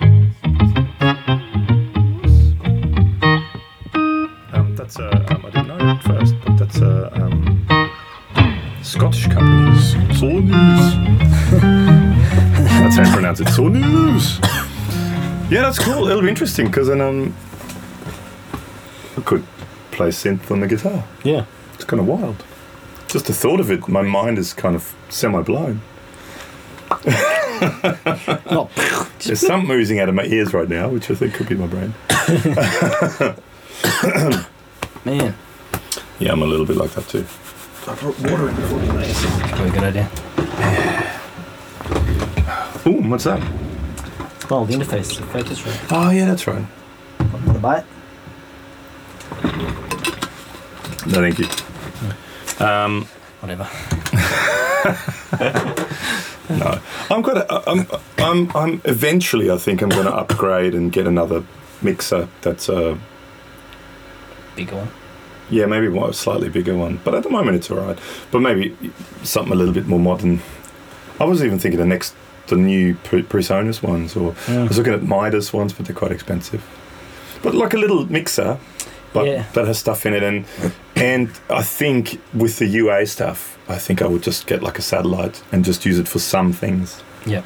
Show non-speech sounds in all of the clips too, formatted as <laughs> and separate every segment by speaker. Speaker 1: Um, uh, Sonus. <laughs> That's how you pronounce it. Sonus. Yeah, that's cool. It'll be interesting because then um, I could play synth on the guitar.
Speaker 2: Yeah.
Speaker 1: It's kind of wild. Just the thought of it, my mind is kind of semi blown.
Speaker 2: Not <laughs>
Speaker 1: There's something oozing out of my ears right now, which I think could be my brain.
Speaker 2: man.
Speaker 1: Yeah, I'm a little bit like that too.
Speaker 3: I brought water in before you guys.
Speaker 2: Probably a good idea.
Speaker 1: Ooh, what's that?
Speaker 2: Oh, the interface, the focus right.
Speaker 1: Oh, yeah, that's right.
Speaker 2: The bite.
Speaker 1: No, thank you. Um,
Speaker 2: Whatever.
Speaker 1: no, I'm going to. I'm, I'm, I'm. Eventually, I think I'm going to upgrade and get another mixer. That's uh,
Speaker 2: Bigger one.
Speaker 1: yeah, maybe one- a slightly bigger one. But at the moment, it's all right. But maybe something a little bit more modern. I was even thinking the next, the new Pr- Presonus ones, or I was looking at Midas ones, but they're quite expensive. But like a little mixer, but
Speaker 2: Yeah.
Speaker 1: that has stuff in it, and and I think with the UA stuff, I think I would just get like a satellite and just use it for some things.
Speaker 2: Yep.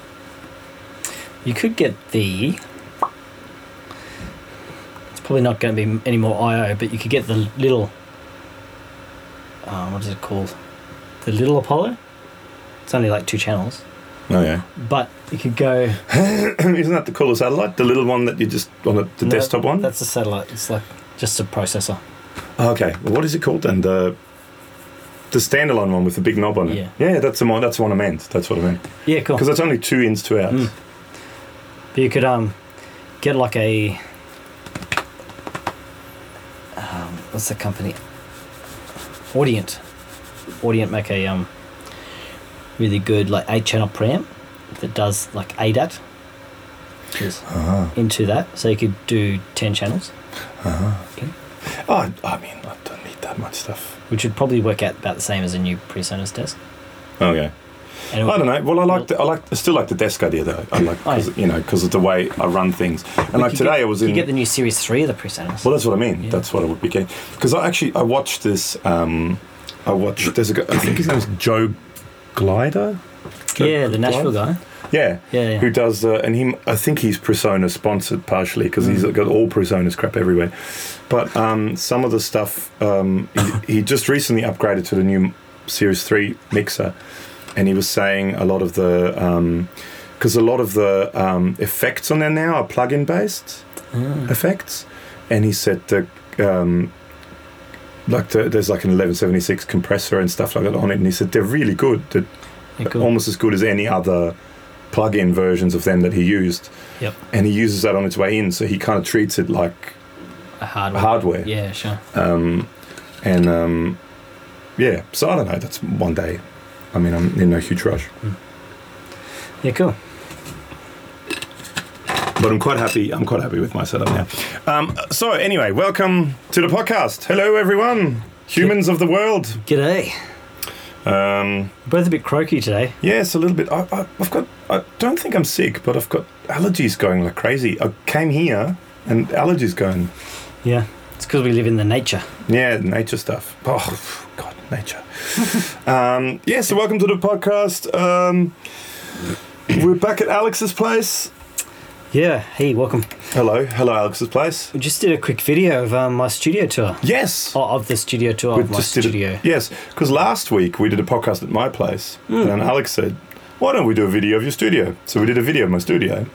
Speaker 2: You could get the. It's probably not going to be any more IO, but you could get the little. Uh, what is it called? The little Apollo. It's only like two channels,
Speaker 1: Oh yeah,
Speaker 2: but you could go.
Speaker 1: <coughs> isn't that the cooler satellite? The little one that you just on the, the
Speaker 2: No,
Speaker 1: desktop one.
Speaker 2: That's the satellite. It's like just a processor.
Speaker 1: Okay, well, what is it called then? The the standalone one with the big knob on it.
Speaker 2: Yeah.
Speaker 1: that's the one. That's the one I meant. That's what I meant.
Speaker 2: Yeah, cool.
Speaker 1: Because it's only two ins, two outs.
Speaker 2: Mm. But you could um, get like a um, what's the company? Audient. Audient make a um, really good like eight channel preamp that does like ADAT Yes.
Speaker 1: Ah,
Speaker 2: into that, so you could do ten channels,
Speaker 1: Oh, I mean, I don't need that much stuff.
Speaker 2: which would probably work out about the same as a new PreSonus desk.
Speaker 1: Okay.
Speaker 2: And it
Speaker 1: I
Speaker 2: would-
Speaker 1: don't know. Well, I like the, I like I still like the desk idea though. I like
Speaker 2: Oh, yeah.
Speaker 1: 'cause, you know because of the way I run things. And
Speaker 2: you
Speaker 1: like
Speaker 2: could
Speaker 1: today,
Speaker 2: get,
Speaker 1: I was
Speaker 2: you
Speaker 1: in.
Speaker 2: get the new Series Three of the PreSonus.
Speaker 1: Well, that's what I mean.
Speaker 2: Yeah.
Speaker 1: That's what I would be getting. Because I actually I watched this. Um, I watched. There's a. guy- I think his name's Joe Glider. Joe
Speaker 2: yeah, the
Speaker 1: Glider?
Speaker 2: Nashville guy.
Speaker 1: Yeah.
Speaker 2: Yeah, yeah.
Speaker 1: Who does? Uh, and he? I think he's Persona sponsored partially because he's got all Personas crap everywhere. But um, some of the stuff um, he, he just recently upgraded to the new Series Three mixer, and he was saying a lot of the because a lot of the um, effects on there now are plugin based effects, and he said the um, like the, there's like an 1176 compressor and stuff like that on it, and he said they're really good. They're
Speaker 2: Yeah, cool.
Speaker 1: almost as good as any other plug-in versions of them that he used
Speaker 2: Yep,
Speaker 1: and he uses that on its way in so he kind of treats it like
Speaker 2: a hardware.
Speaker 1: hardware
Speaker 2: Yeah, sure.
Speaker 1: um, and um, yeah so i don't know that's one day i mean i'm in no huge rush
Speaker 2: Yeah, cool.
Speaker 1: but i'm quite happy i'm quite happy with my setup now um, so anyway welcome to the podcast hello everyone humans of the world
Speaker 2: G'day.
Speaker 1: um,
Speaker 2: Both a bit croaky today.
Speaker 1: yes a little bit I, I, i've got i don't think i'm sick but i've got allergies going like crazy i came here and allergies going
Speaker 2: Yeah. It's because we live in the nature.
Speaker 1: Yeah, nature stuff. Oh, God, nature. <laughs> um, yeah, so welcome to the podcast. Um, we're back at Alex's place.
Speaker 2: Yeah. Hey, welcome.
Speaker 1: Hello, hello, Alex's place.
Speaker 2: We just did a quick video of um, my studio tour.
Speaker 1: Yes.
Speaker 2: Oh, of the studio tour
Speaker 1: We
Speaker 2: of my
Speaker 1: just did it-
Speaker 2: studio.
Speaker 1: yes, because last week we did a podcast at my place,
Speaker 2: Hmm.
Speaker 1: and Alex said, "Why don't we do a video of your studio?" So we did a video of my studio,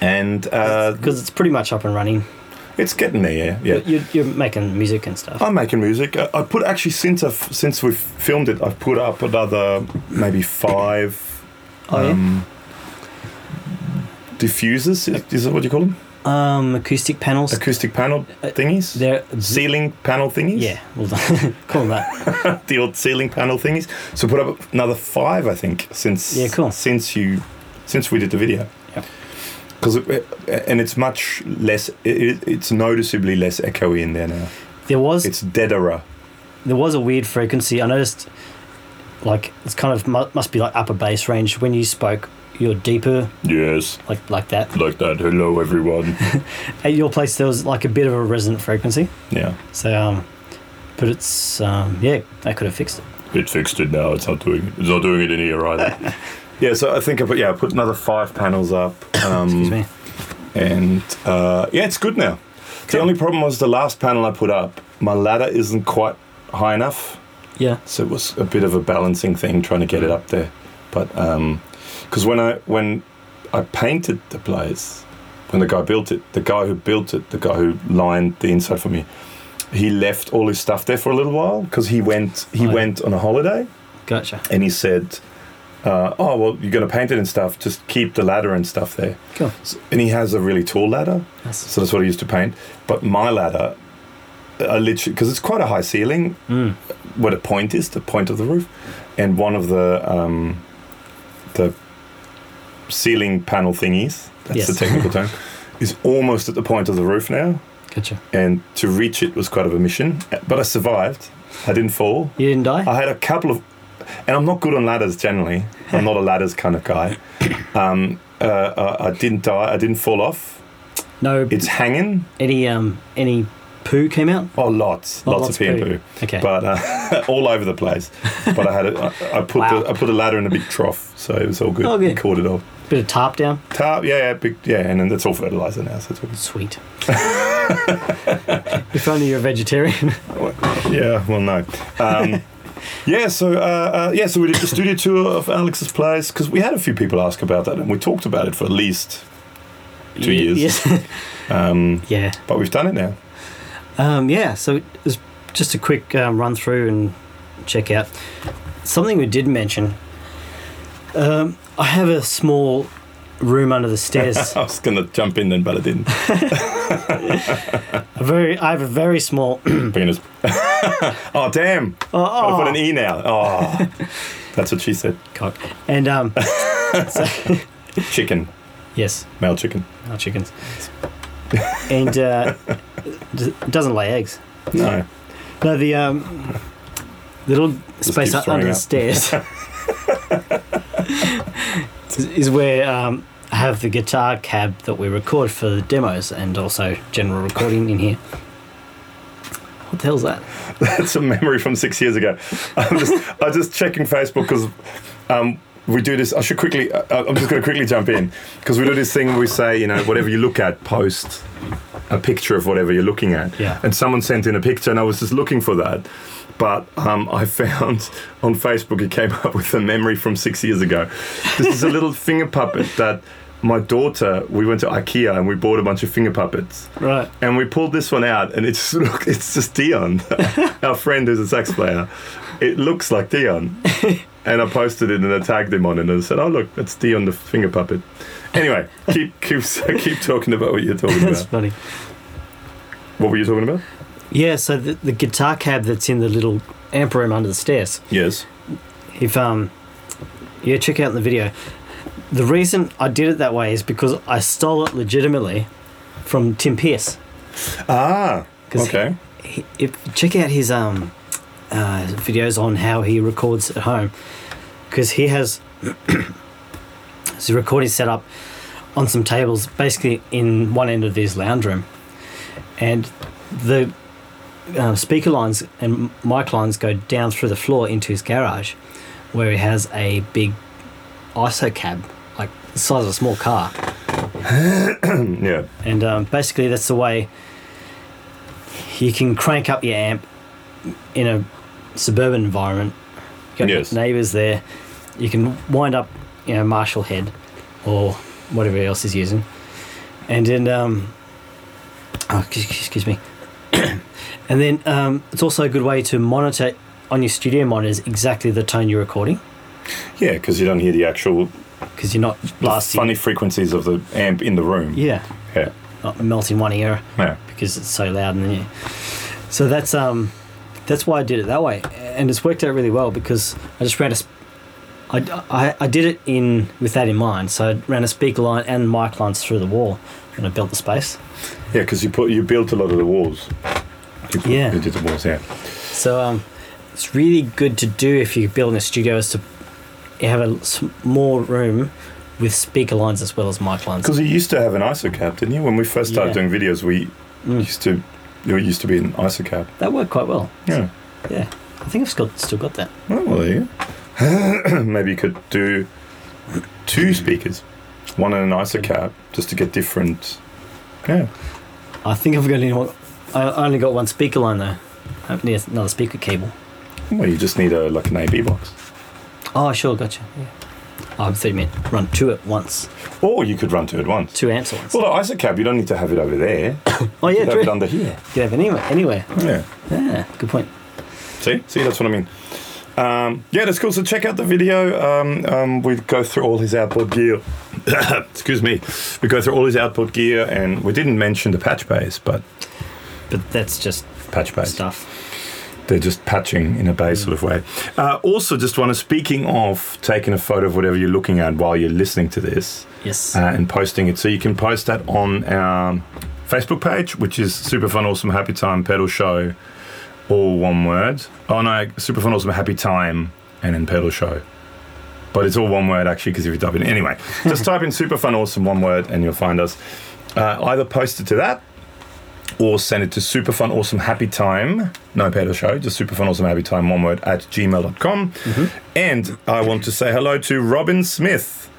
Speaker 1: and uh,
Speaker 2: Because it's pretty much up and running.
Speaker 1: it's getting there. Yeah, Um, yeah.
Speaker 2: You're, you're making music and stuff.
Speaker 1: I'm making music. I, I put actually since I've, since we've filmed it, I've put up another maybe five
Speaker 2: Oh, yeah?
Speaker 1: um, diffusers. Is, is that what you call them?
Speaker 2: Um, acoustic panels.
Speaker 1: Acoustic panel
Speaker 2: Uh,
Speaker 1: thingies.
Speaker 2: They're.
Speaker 1: ceiling panel thingies.
Speaker 2: Yeah, well done. <laughs> Call them that.
Speaker 1: <laughs> the old ceiling panel thingies. So put up another five, I think, since
Speaker 2: Yeah, cool.
Speaker 1: since you since we did the video.
Speaker 2: Yep.
Speaker 1: Because and it's much less. It, it's noticeably less echoey in there now.
Speaker 2: There was
Speaker 1: It's deaderer.
Speaker 2: there was a weird frequency. I noticed, like it's kind of mu- must be like upper bass range when you spoke. You're deeper,
Speaker 1: Yes,
Speaker 2: like like that.
Speaker 1: like that. Hello, everyone.
Speaker 2: At your place, there was like a bit of a resonant frequency.
Speaker 1: <laughs> yeah.
Speaker 2: So, um, but it's um, yeah, that could have fixed it.
Speaker 4: it fixed it now. It's not doing it. It's not doing it in here either.
Speaker 1: <laughs> Yeah, so I think I put yeah, I put another five panels up.
Speaker 2: Excuse
Speaker 1: Um,
Speaker 2: me.
Speaker 1: and uh, yeah, it's good now. The only problem was the last panel I put up, my ladder isn't quite high enough,
Speaker 2: Yeah.
Speaker 1: so it was a bit of a balancing thing trying to get it up there. But because when I when I painted the place, when the guy built it, the guy who built it, the guy who lined the inside for me, he left all his stuff there for a little while because he went he
Speaker 2: Right.
Speaker 1: went on a holiday
Speaker 2: Gotcha.
Speaker 1: and he said, uh, "Oh well, you're going to paint it and stuff. Just keep the ladder and stuff there."
Speaker 2: Cool.
Speaker 1: So, and he has a really tall ladder,
Speaker 2: That's,
Speaker 1: so that's what I used to paint. But my ladder, I literally because it's quite a high ceiling
Speaker 2: mm,
Speaker 1: where the point is, the point of the roof, and one of the um, the ceiling panel thingies. That's the
Speaker 2: Yes.
Speaker 1: technical
Speaker 2: <laughs>
Speaker 1: term. Is almost at the point of the roof now,
Speaker 2: gotcha.
Speaker 1: and to reach it was quite of a mission. But I survived. I didn't fall.
Speaker 2: You didn't die?
Speaker 1: I had a couple of, and I'm not good on ladders generally. I'm not a ladders kind of guy. Um, uh, I, I didn't die. I didn't fall off.
Speaker 2: no.
Speaker 1: It's hanging.
Speaker 2: Any um any poo came out?
Speaker 1: Oh, lots,
Speaker 2: Oh,
Speaker 1: lots,
Speaker 2: lots
Speaker 1: of pee and
Speaker 2: of poo.
Speaker 1: poo,
Speaker 2: Okay.
Speaker 1: but uh, <laughs> all over the place. But I had a, I, I put
Speaker 2: Wow.
Speaker 1: the, I put a ladder in a big trough, so it was all good.
Speaker 2: Oh, good.
Speaker 1: Caught it off.
Speaker 2: Bit of tarp down.
Speaker 1: Tarp, yeah, yeah, big, yeah, and then that's all fertilizer now. So it's all
Speaker 2: <laughs> Sweet. if only you're a vegetarian.
Speaker 1: good. Yeah, well, no.
Speaker 2: <laughs>
Speaker 1: Um, yeah, so uh, uh, yeah, so we did the studio tour of Alex's place because we had a few people ask about that, and we talked about it for at least Two
Speaker 2: Ye-
Speaker 1: years.
Speaker 2: Yes. <laughs>
Speaker 1: Um,
Speaker 2: yeah.
Speaker 1: but we've done it now.
Speaker 2: Um, yeah, so it was just a quick um, run through and check out. Something we did mention um, I have a small room under the <laughs> stairs.
Speaker 1: <laughs> I was gonna jump in then, but I didn't.
Speaker 2: a very, I have a very small. <clears throat> oh,
Speaker 1: Penis. <laughs> oh damn! I put
Speaker 2: oh,
Speaker 1: an e now. Oh, that's what she said.
Speaker 2: cock. And um, <laughs>
Speaker 1: Chicken,
Speaker 2: yes,
Speaker 1: male chicken.
Speaker 2: our chickens. And uh, <laughs> d- it doesn't lay eggs.
Speaker 1: No,
Speaker 2: No, the um, little
Speaker 1: keeps
Speaker 2: space un-
Speaker 1: throwing
Speaker 2: under the
Speaker 1: up. <laughs>
Speaker 2: stairs is, is where um, I have the guitar cab that we record for the demos and also general recording in here. What the hell's that?
Speaker 1: that's a memory from six years ago. I'm just, I'm just checking Facebook because um, we do this. I should quickly. Uh, I'm just gonna quickly jump in because we do this thing where we say, you know, whatever you look at, post a picture of whatever you're looking at.
Speaker 2: Yeah.
Speaker 1: And someone sent in a picture, and I was just looking for that. But um, I found <laughs> on Facebook it came up with a memory from six years ago. This is a little finger puppet that my daughter. We went to IKEA and we bought a bunch of finger puppets,
Speaker 2: Right.
Speaker 1: and we pulled this one out, and it's <laughs> look, it's just
Speaker 2: <laughs>
Speaker 1: Dion, our friend who's a sax player. It looks like
Speaker 2: <laughs>
Speaker 1: Dion, and I posted it and I tagged him on it and I said, "Oh look, that's Dion the finger puppet." Anyway, keep keep <laughs> keep talking about what you're talking
Speaker 2: That's <laughs>
Speaker 1: about.
Speaker 2: funny.
Speaker 1: What were you talking about?
Speaker 2: Yeah, so the, the guitar cab that's in the little amp room under the stairs.
Speaker 1: Yes.
Speaker 2: If um, yeah, check out the video. The reason I did it that way is because I stole it legitimately from Tim Pierce.
Speaker 1: Ah.
Speaker 2: 'Cause
Speaker 1: okay.
Speaker 2: he, if, check out his um, uh, videos on how he records at home because he has <coughs> his recording set up on some tables basically in one end of this lounge room and the uh, speaker lines and mic lines go down through the floor into his garage where he has a big iso cab like the size of a small car
Speaker 1: Mm, yeah.
Speaker 2: and um, basically that's the way you can crank up your amp in a suburban environment. You got
Speaker 1: Yes.
Speaker 2: neighbors there. You can wind up, you know, Marshall head or whatever else is using, and then um, oh, excuse- excuse me, <coughs> and then um, it's also a good way to monitor on your studio monitors exactly the tone you're recording
Speaker 1: Yeah, because you don't hear the actual
Speaker 2: because you're not blasting,
Speaker 1: funny frequencies of the amp in the room.
Speaker 2: yeah,
Speaker 1: Yeah.
Speaker 2: not melting one ear.
Speaker 1: Yeah.
Speaker 2: because it's so loud in there. So that's um, that's why I did it that way, and it's worked out really well because I just ran a, sp- I, I, I did it in with that in mind. So I ran a speaker line and mic lines through the wall when I built the space.
Speaker 1: Yeah, because you put you built a lot of the walls. You put-
Speaker 2: Yeah.
Speaker 1: You did the walls. Yeah.
Speaker 2: So um, it's really good to do if you're building a studio is to have a s- more room with speaker lines as well as mic lines.
Speaker 1: Because you used to have an ISO cab, didn't you? When we first started
Speaker 2: Yeah.
Speaker 1: doing videos, we
Speaker 2: Mm.
Speaker 1: used to. It used to be an ISO cab.
Speaker 2: That worked quite well.
Speaker 1: Yeah.
Speaker 2: Yeah. I think I've still, still got that.
Speaker 1: Oh, well, there you go. <coughs> Maybe you could do two speakers, one in an isocap, just to get different. Yeah.
Speaker 2: I think I've got any, I only got one speaker line though. I need another speaker cable.
Speaker 1: Well, you just need a like an AB box.
Speaker 2: Oh, sure, gotcha. Yeah. Oh, I'm 30 minute. Run two at once,
Speaker 1: Or you could run two at once.
Speaker 2: two amps at once.
Speaker 1: Well, the isocap, you don't need to have it over there.
Speaker 2: oh, <coughs> yeah,
Speaker 1: you could
Speaker 2: true.
Speaker 1: have it
Speaker 2: You
Speaker 1: under here.
Speaker 2: can have it anywhere. anywhere.
Speaker 1: Yeah.
Speaker 2: Yeah, good point.
Speaker 1: See, see, that's what I mean. Um, yeah, that's cool. So check out the video. Um, um, we go through all his outboard gear. <coughs> Excuse me. We go through all his outboard gear, and we didn't mention the patch bays, but
Speaker 2: But that's just
Speaker 1: patch bays.
Speaker 2: stuff.
Speaker 1: They're just patching in a base sort of way. Uh, also, just want to speaking of taking a photo of whatever you're looking at while you're listening to this
Speaker 2: Yes.
Speaker 1: uh, and posting it. So you can post that on our Facebook page, which is Super Fun Awesome Happy Time Pedal Show, all one word. Oh no, Super Fun Awesome Happy Time and then Pedal Show. But it's all one word actually, because if you type in anyway, just type in Super Fun Awesome one word and you'll find us. Uh, either post it to that or send it to super fun awesome happy time no pedal show just super fun awesome happy time one word at gmail.com and i want to say hello to robin smith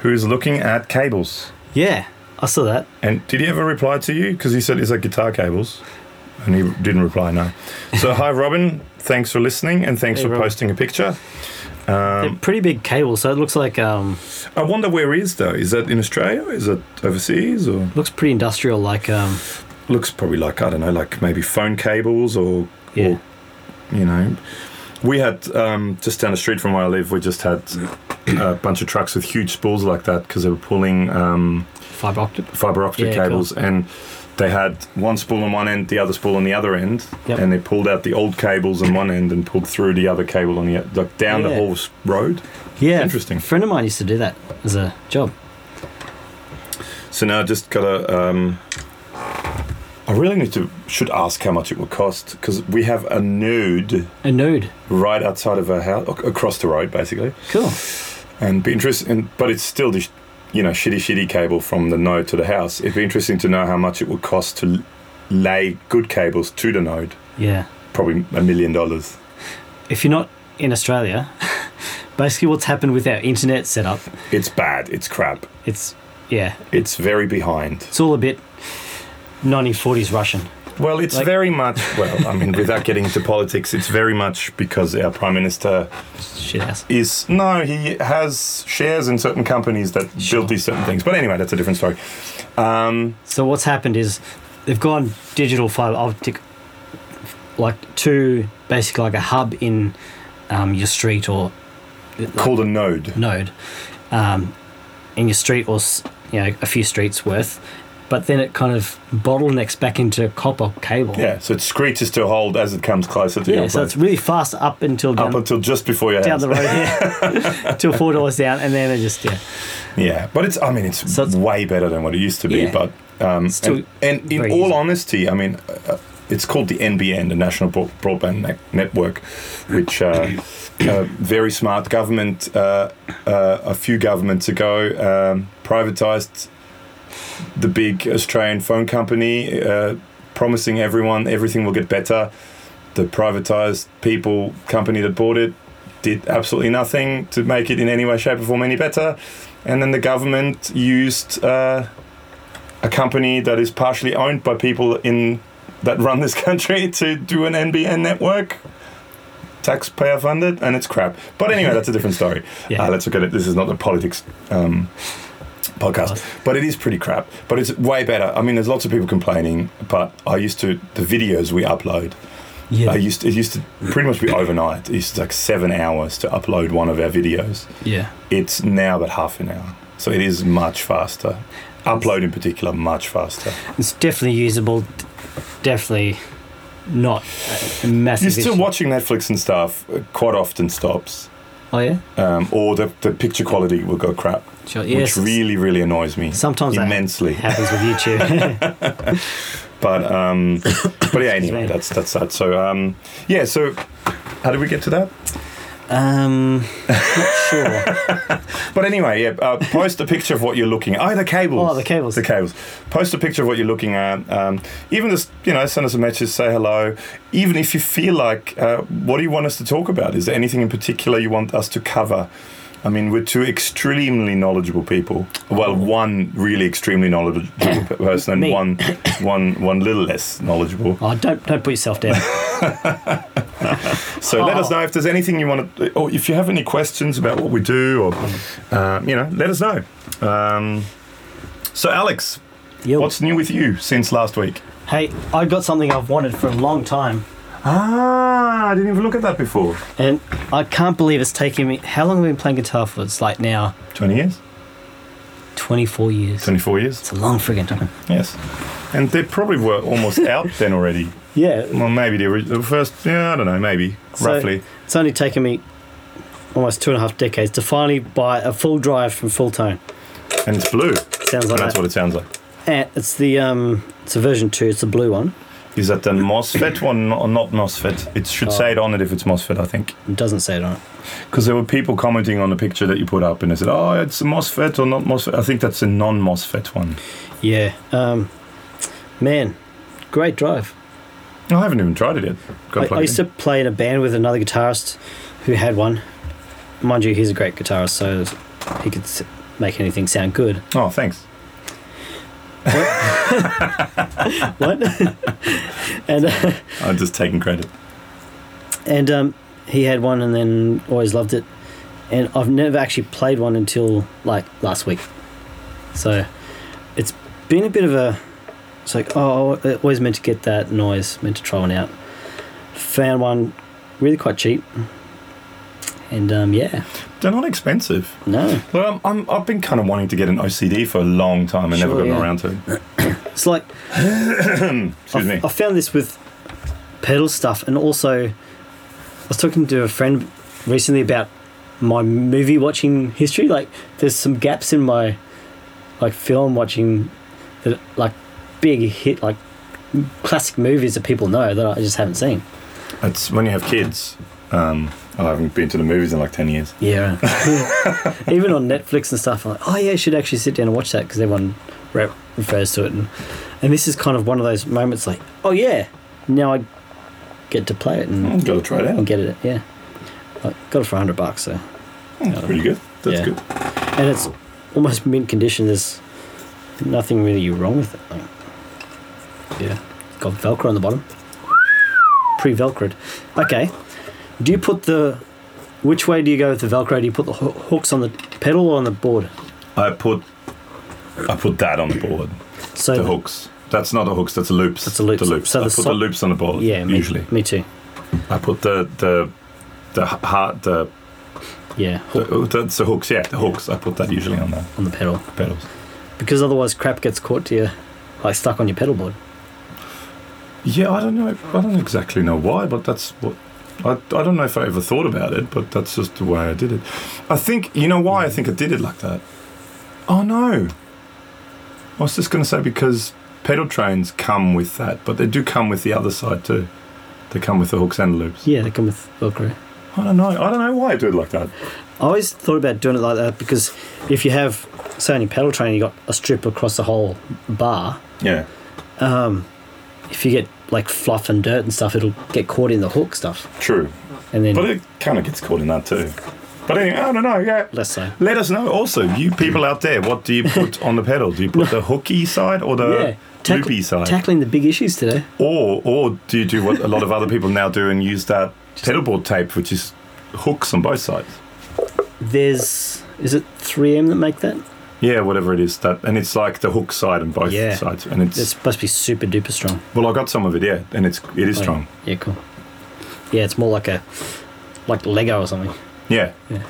Speaker 1: who is looking at cables
Speaker 2: yeah, I saw
Speaker 1: um,
Speaker 2: that.
Speaker 1: and did he ever reply to you because he said it's like guitar cables and he didn't reply no so hi robin thanks for listening and thanks
Speaker 2: Hey,
Speaker 1: for
Speaker 2: Robin.
Speaker 1: posting a picture Um,
Speaker 2: They're pretty big cables, so it looks like um
Speaker 1: i wonder where he is though is that in australia is it overseas or
Speaker 2: looks pretty industrial, like um
Speaker 1: looks probably like i don't know like maybe phone cables or
Speaker 2: yeah.
Speaker 1: or you know we had um, just down the street from where i live we just had a bunch of trucks with huge spools like that because they were pulling um,
Speaker 2: fiber optic.
Speaker 1: fiber optic
Speaker 2: Yeah, cool.
Speaker 1: cables and they had one spool on one end the other spool on the other end
Speaker 2: Yep.
Speaker 1: and they pulled out the old cables on one end and pulled through the other cable on the o- like down the
Speaker 2: Yeah.
Speaker 1: whole s- road
Speaker 2: Yeah,
Speaker 1: Interesting.
Speaker 2: A friend of mine used to do that as a job.
Speaker 1: so now i just gotta um, i really need to should ask how much it would cost because we have a nude
Speaker 2: A nude.
Speaker 1: right outside of our house ac- across the road basically
Speaker 2: Cool.
Speaker 1: and be interesting. And, but it's still this, you know, shitty, shitty cable from the node to the house. It'd be interesting to know how much it would cost to l- lay good cables to the node.
Speaker 2: Yeah.
Speaker 1: Probably a million dollars.
Speaker 2: If you're not in Australia, <laughs> basically what's happened with our internet setup,
Speaker 1: It's bad. It's crap.
Speaker 2: it's yeah,
Speaker 1: It's very behind.
Speaker 2: it's all a bit 1940s Russian.
Speaker 1: Well, it's
Speaker 2: Like-
Speaker 1: very much. Well, I mean, without getting into politics, it's very much because our prime minister
Speaker 2: Shit house.
Speaker 1: is no, he has shares in certain companies that
Speaker 2: Sure.
Speaker 1: build these certain things. But anyway, that's a different story. Um,
Speaker 2: So what's happened is they've gone digital fiber optic, like to basically like a hub in um, your street or
Speaker 1: called a node.
Speaker 2: node um, in your street or s- you know a few streets worth, but then it kind of bottlenecks back into copper cable.
Speaker 1: Yeah, so it screeches to a hold as it comes closer to
Speaker 2: Yeah,
Speaker 1: your place.
Speaker 2: so it's really fast up until
Speaker 1: up
Speaker 2: down,
Speaker 1: until just before your
Speaker 2: down
Speaker 1: house. <laughs>
Speaker 2: the road, yeah, <laughs> till four dollars down, and then it just yeah,
Speaker 1: Yeah, but it's I mean it's,
Speaker 2: So it's-
Speaker 1: way better than what it used to be.
Speaker 2: Yeah.
Speaker 1: But um,
Speaker 2: Still
Speaker 1: and, and in
Speaker 2: very
Speaker 1: all
Speaker 2: easy.
Speaker 1: honesty, I mean uh, it's called the NBN, the National Broad- Broadband Ne- Network, which uh, a very smart government uh, uh, a few governments ago um, privatized the big Australian phone company, uh, promising everyone everything will get better. The privatized people company that bought it did absolutely nothing to make it in any way, shape, or form any better. And then the government used uh, a company that is partially owned by people in that run this <laughs> country to do an NBN network, taxpayer funded, and it's crap. But anyway, that's a different story.
Speaker 2: Yeah.
Speaker 1: Uh, let's look at it. This is not the politics um, podcast, but it is pretty crap. But it's way better. I mean, there's lots of people complaining, but I used to the videos we upload.
Speaker 2: yeah,
Speaker 1: I used it used to pretty much be overnight. It used to take seven hours to upload one of our videos.
Speaker 2: yeah.
Speaker 1: It's now about half an hour, so it is much faster. Upload in particular, much faster.
Speaker 2: It's definitely usable, d- definitely not a massive.
Speaker 1: You're still
Speaker 2: issue.
Speaker 1: watching Netflix and stuff. uh, Quite often stops,
Speaker 2: Oh yeah,
Speaker 1: um, or the, the picture quality will go crap,
Speaker 2: sure. Yes,
Speaker 1: which really really annoys me
Speaker 2: Sometimes that
Speaker 1: immensely.
Speaker 2: happens
Speaker 1: <laughs>
Speaker 2: with YouTube.
Speaker 1: But um, but yeah, anyway,
Speaker 2: me.
Speaker 1: that's that's that. So um, yeah, so how did we get to that?
Speaker 2: Um, not sure.
Speaker 1: But anyway, yeah, uh, post a picture of what you're looking at. Oh, the cables.
Speaker 2: Oh, the cables.
Speaker 1: The cables. Post a picture of what you're looking at. Um, even just, you know, send us a message, say hello. Even if you feel like, uh, what do you want us to talk about? Is there anything in particular you want us to cover? I mean, we're two extremely knowledgeable people. Well, one really extremely
Speaker 2: <coughs>
Speaker 1: knowledgeable person and
Speaker 2: Mm-hmm. Me.
Speaker 1: one, one, one little less knowledgeable.
Speaker 2: Oh, don't don't put
Speaker 1: <laughs>
Speaker 2: yourself down.
Speaker 1: So let us
Speaker 2: Oh.
Speaker 1: know if there's anything you want to, or if you have any questions about what we do, or uh, you know, let us know. Um, so Alex,
Speaker 2: Yo.
Speaker 1: what's new with you since last week?
Speaker 2: hey, I got something I've wanted for a long time,
Speaker 1: Ah, I didn't even look at that before.
Speaker 2: and I can't believe it's taken me. How long have I been playing guitar for? It's like now
Speaker 1: Twenty years,
Speaker 2: 24 years.
Speaker 1: twenty-four years.
Speaker 2: It's a long friggin' time.
Speaker 1: Yes, and they probably were <laughs> almost out then already.
Speaker 2: Yeah,
Speaker 1: Well, maybe the, ori- the first. Yeah, I don't know. Maybe
Speaker 2: So-
Speaker 1: roughly.
Speaker 2: it's only taken me almost two and a half decades to finally buy a full drive from Full Tone.
Speaker 1: And it's blue.
Speaker 2: Sounds like
Speaker 1: that's
Speaker 2: that.
Speaker 1: what it sounds like.
Speaker 2: And Eh, it's the um, it's a version two. It's the blue one.
Speaker 1: Is that the MOSFET one or not MOSFET? It should say it on it if it's MOSFET, I think.
Speaker 2: It doesn't say it on it.
Speaker 1: Because there were people commenting on the picture that you put up, and they said, "Oh, it's a MOSFET or not MOSFET." I think that's a non-MOSFET one.
Speaker 2: Yeah. Um, man, great drive.
Speaker 1: I haven't even tried it yet. Got
Speaker 2: I, I
Speaker 1: plugged
Speaker 2: used to
Speaker 1: in.
Speaker 2: play in a band with another guitarist who had one. Mind you, he's a great guitarist, so he could s- make anything sound good.
Speaker 1: Oh, thanks.
Speaker 2: What? <laughs> and uh,
Speaker 1: I'm just taking credit.
Speaker 2: and um, he had one, and then always loved it. And I've never actually played one until like last week. So it's been a bit of a. It's like oh, I always meant to get that noise, meant to try one out. Found one really quite cheap. And um, yeah,
Speaker 1: They're not expensive.
Speaker 2: no.
Speaker 1: Well, I'm, I'm, I've been kind of wanting to get an OCD for a long time and
Speaker 2: Sure,
Speaker 1: never gotten
Speaker 2: yeah. Oh,
Speaker 1: around to it.
Speaker 2: It's like
Speaker 1: Excuse me.
Speaker 2: I found this with pedal stuff, and also I was talking to a friend recently about my movie watching history. Like, there's some gaps in my like film watching that like big hit like classic movies that people know that I just haven't seen. oh.
Speaker 1: It's when you have kids. Um, I haven't been to the movies in like 10 years.
Speaker 2: Yeah. <laughs> Even on Netflix and stuff, I'm like, oh yeah, you should actually sit down and watch that because everyone re- refers to it, and and this is kind of one of those moments like, oh yeah, now I get to play it and.
Speaker 1: Got to try it
Speaker 2: and
Speaker 1: out.
Speaker 2: get it. Yeah, I got it for hundred bucks. So,
Speaker 1: It's pretty good. That's
Speaker 2: Yeah.
Speaker 1: good.
Speaker 2: and it's almost mint condition. There's nothing really wrong with it. like. yeah, got Velcro on the bottom. Pre Velcroed. Okay. Do you put the which way do you go with the Velcro? Do you put the ho- hooks on the pedal or on the board?
Speaker 1: I put I put that on the board.
Speaker 2: So
Speaker 1: the hooks. That's not the hooks. That's the loops.
Speaker 2: That's the loops.
Speaker 1: The loops.
Speaker 2: So
Speaker 1: I
Speaker 2: the
Speaker 1: put
Speaker 2: so-
Speaker 1: the loops on the board.
Speaker 2: Yeah, me,
Speaker 1: usually
Speaker 2: me too.
Speaker 1: I put the the the h- heart the,
Speaker 2: Yeah,
Speaker 1: the
Speaker 2: hook
Speaker 1: oh, that's the hooks. Yeah, the hooks. I put that usually on the
Speaker 2: on the pedal
Speaker 1: pedals.
Speaker 2: because otherwise crap gets caught to you, like stuck on your pedal board.
Speaker 1: Yeah, I don't know. I don't exactly know why, but that's what. I, I don't know if I ever thought about it, but that's just the way I did it. I think you know
Speaker 2: Mm.
Speaker 1: why I think I did it like that. Oh no. I was just going to say because pedal trains come with that, but they do come with the other side too. They come with the hooks and loops.
Speaker 2: Yeah, they come with Velcro.
Speaker 1: I don't know. I don't know why I do it like that.
Speaker 2: I always thought about doing it like that because if you have, say, on your pedal train, you got a strip across the whole bar.
Speaker 1: Yeah.
Speaker 2: If you get like fluff and dirt and stuff, it'll get caught in the hook stuff,
Speaker 1: True.
Speaker 2: and then
Speaker 1: But it kind of gets caught in that too. But anyway, I don't know. Yeah.
Speaker 2: less so.
Speaker 1: Let us know also, you people out there, what do you put on the pedal? Do you put the hooky side or
Speaker 2: yeah,
Speaker 1: the
Speaker 2: tack-
Speaker 1: Uh, loopy side?
Speaker 2: tackling the big issues today.
Speaker 1: or or do you do what a lot of other people now do and use that pedal board tape, which is hooks on both sides?
Speaker 2: There's is it 3M that make that?
Speaker 1: Yeah, whatever it is that, and it's like the hook side and both
Speaker 2: Yeah.
Speaker 1: sides, and it's,
Speaker 2: It's supposed to be super duper strong.
Speaker 1: well, I got some of it, yeah, and it's it is
Speaker 2: Like-
Speaker 1: strong,
Speaker 2: Yeah, cool. Yeah, it's more like a like Lego or something.
Speaker 1: yeah.
Speaker 2: Yeah.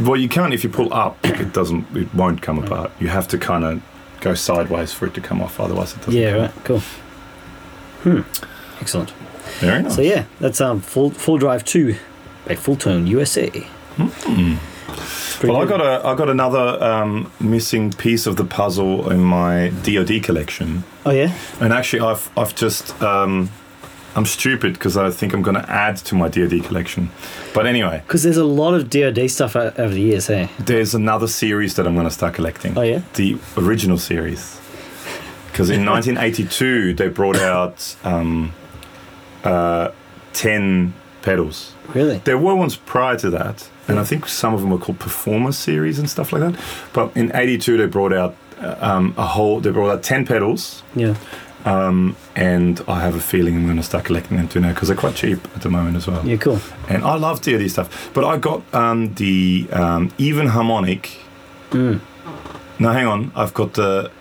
Speaker 1: Well, you can't if you pull up, it doesn't, it won't come apart. You have to kind of go sideways for it to come off, otherwise it doesn't.
Speaker 2: yeah,
Speaker 1: come
Speaker 2: right. Cool. Hmm. Excellent.
Speaker 1: off. Very nice.
Speaker 2: So yeah, that's um full full drive two by Full Tone USA.
Speaker 1: Hmm. well, I got a, I got another um, missing piece of the puzzle in my DoD collection,
Speaker 2: Oh yeah,
Speaker 1: and actually, I've I've just um, I'm stupid because I think I'm going to add to my DoD collection. But anyway,
Speaker 2: Because there's a lot of DoD stuff o- over the years, hey?
Speaker 1: there's another series that I'm going to start collecting.
Speaker 2: Oh, yeah?
Speaker 1: The original series. Because
Speaker 2: <laughs>
Speaker 1: in 1982, they brought out um, uh, 10 pedals.
Speaker 2: Really?
Speaker 1: There were ones prior to that, and I think some of them were called Performer series and stuff like that. But in '82, they brought out uh, um, a whole. They brought out ten pedals,
Speaker 2: Yeah.
Speaker 1: um, and I have a feeling I'm going to start collecting them too now because they're quite cheap at the moment as well.
Speaker 2: Yeah, cool.
Speaker 1: And I love DoD stuff, but I got um, the um, even harmonic.
Speaker 2: Mm.
Speaker 1: No, hang on, I've got the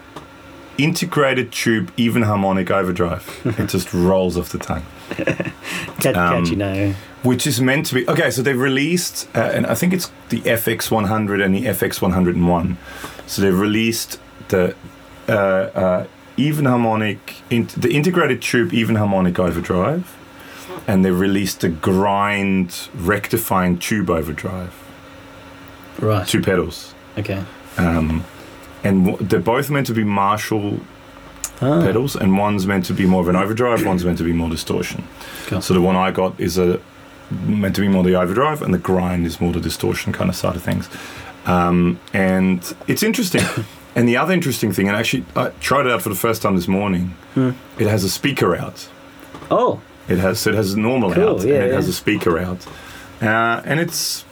Speaker 1: integrated tube even harmonic
Speaker 2: <laughs>
Speaker 1: overdrive. it just rolls off the tongue.
Speaker 2: Cat-
Speaker 1: Um,
Speaker 2: catchy, no.
Speaker 1: which is meant to be okay. So they've released, uh, and I think it's the FX 100 and the FX 101. So they've released the uh, uh, even harmonic, in, the integrated tube even harmonic overdrive, and they released the grind rectifying tube overdrive.
Speaker 2: Right.
Speaker 1: Two pedals,
Speaker 2: Okay.
Speaker 1: um, and w- they're both meant to be Marshall
Speaker 2: Ah,
Speaker 1: pedals, and one's meant to be more of an overdrive, one's meant to be more distortion.
Speaker 2: Cool.
Speaker 1: So the one I got is a meant to be more the overdrive, and the grind is more the distortion kind of side of things. Um, and it's
Speaker 2: <coughs>
Speaker 1: interesting. and the other interesting thing, and actually I tried it out for the first time this morning.
Speaker 2: Hmm.
Speaker 1: It has a speaker out.
Speaker 2: Oh,
Speaker 1: It has so it has a normal
Speaker 2: Cool,
Speaker 1: out,
Speaker 2: yeah,
Speaker 1: and it
Speaker 2: yeah.
Speaker 1: has a speaker out, uh, and it's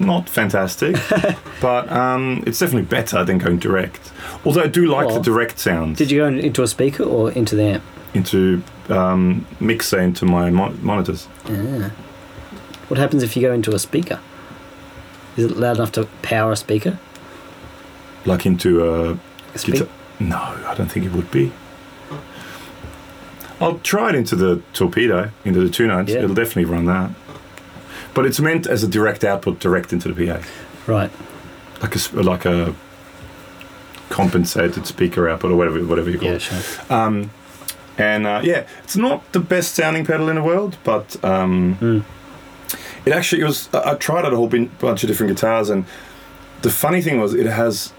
Speaker 1: not fantastic,
Speaker 2: <laughs>
Speaker 1: but um, it's definitely better than going direct. Although I do like
Speaker 2: Cool.
Speaker 1: the direct sound.
Speaker 2: did you go in- into a speaker or into the amp?
Speaker 1: into um, mixer into my mon- monitors.
Speaker 2: Ah. What happens if you go into a speaker? Is it loud enough to power a speaker?
Speaker 1: like into a
Speaker 2: A speak-
Speaker 1: guitar. No, I don't think it would be. I'll try it into the torpedo, into the two nines.
Speaker 2: Yeah.
Speaker 1: It'll definitely run that. But it's meant as a direct output, direct into the PA,
Speaker 2: Right.
Speaker 1: like a s- like a compensated speaker output or whatever whatever you call
Speaker 2: Yeah,
Speaker 1: it.
Speaker 2: sure.
Speaker 1: Um, and uh, yeah, it's not the best sounding pedal in the world, but um,
Speaker 2: Mm.
Speaker 1: it actually it was. I I tried out a whole bin, bunch of different guitars, and the funny thing was it has.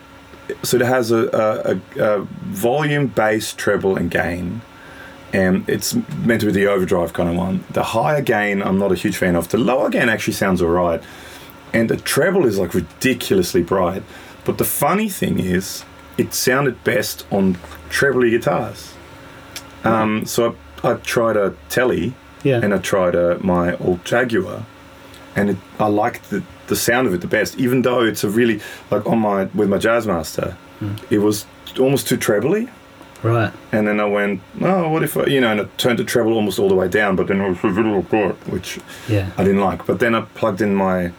Speaker 1: So it has a, a, a, a volume, bass, treble, and gain, and it's meant to be the overdrive kind of one. The higher gain, I'm not a huge fan of. The lower gain actually sounds alright, and the treble is like ridiculously bright. But the funny thing is, it sounded best on trebly guitars. Um, so I, I tried a Tele
Speaker 2: Yeah.
Speaker 1: and I tried a, my old Jaguar, and it, I liked the, the sound of it the best, even though it's a really like on my with my Jazzmaster, it was almost too trebly.
Speaker 2: right.
Speaker 1: And then I went, oh, what if I, you know, and I turned the treble almost all the way down, but then it was a little bit, which
Speaker 2: Yeah.
Speaker 1: I didn't like. But then I plugged in my,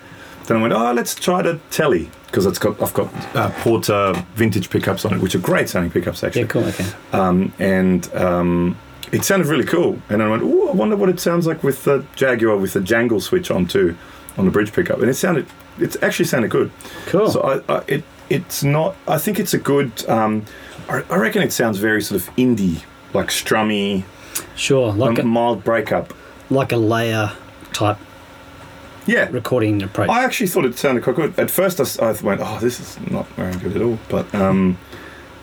Speaker 1: then I went, oh, let's try the Tele because it's got I've got uh, Porter vintage pickups on it, which are great sounding pickups actually
Speaker 2: Yeah, cool. Okay.
Speaker 1: um, and um, it sounded really cool. And I went, "Oh, I wonder what it sounds like with the Jaguar with the jangle switch on too, on the bridge pickup." And it sounded, it actually sounded good.
Speaker 2: Cool.
Speaker 1: So I, I, it, it's not. I think it's a good. Um, I, I reckon it sounds very sort of indie, like strummy,
Speaker 2: sure. Like
Speaker 1: um, mild breakup.
Speaker 2: a, like a layer type
Speaker 1: Yeah.
Speaker 2: recording approach.
Speaker 1: I actually thought it sounded quite good. At first, I, s- I went, "Oh, this is not very good at all." But um,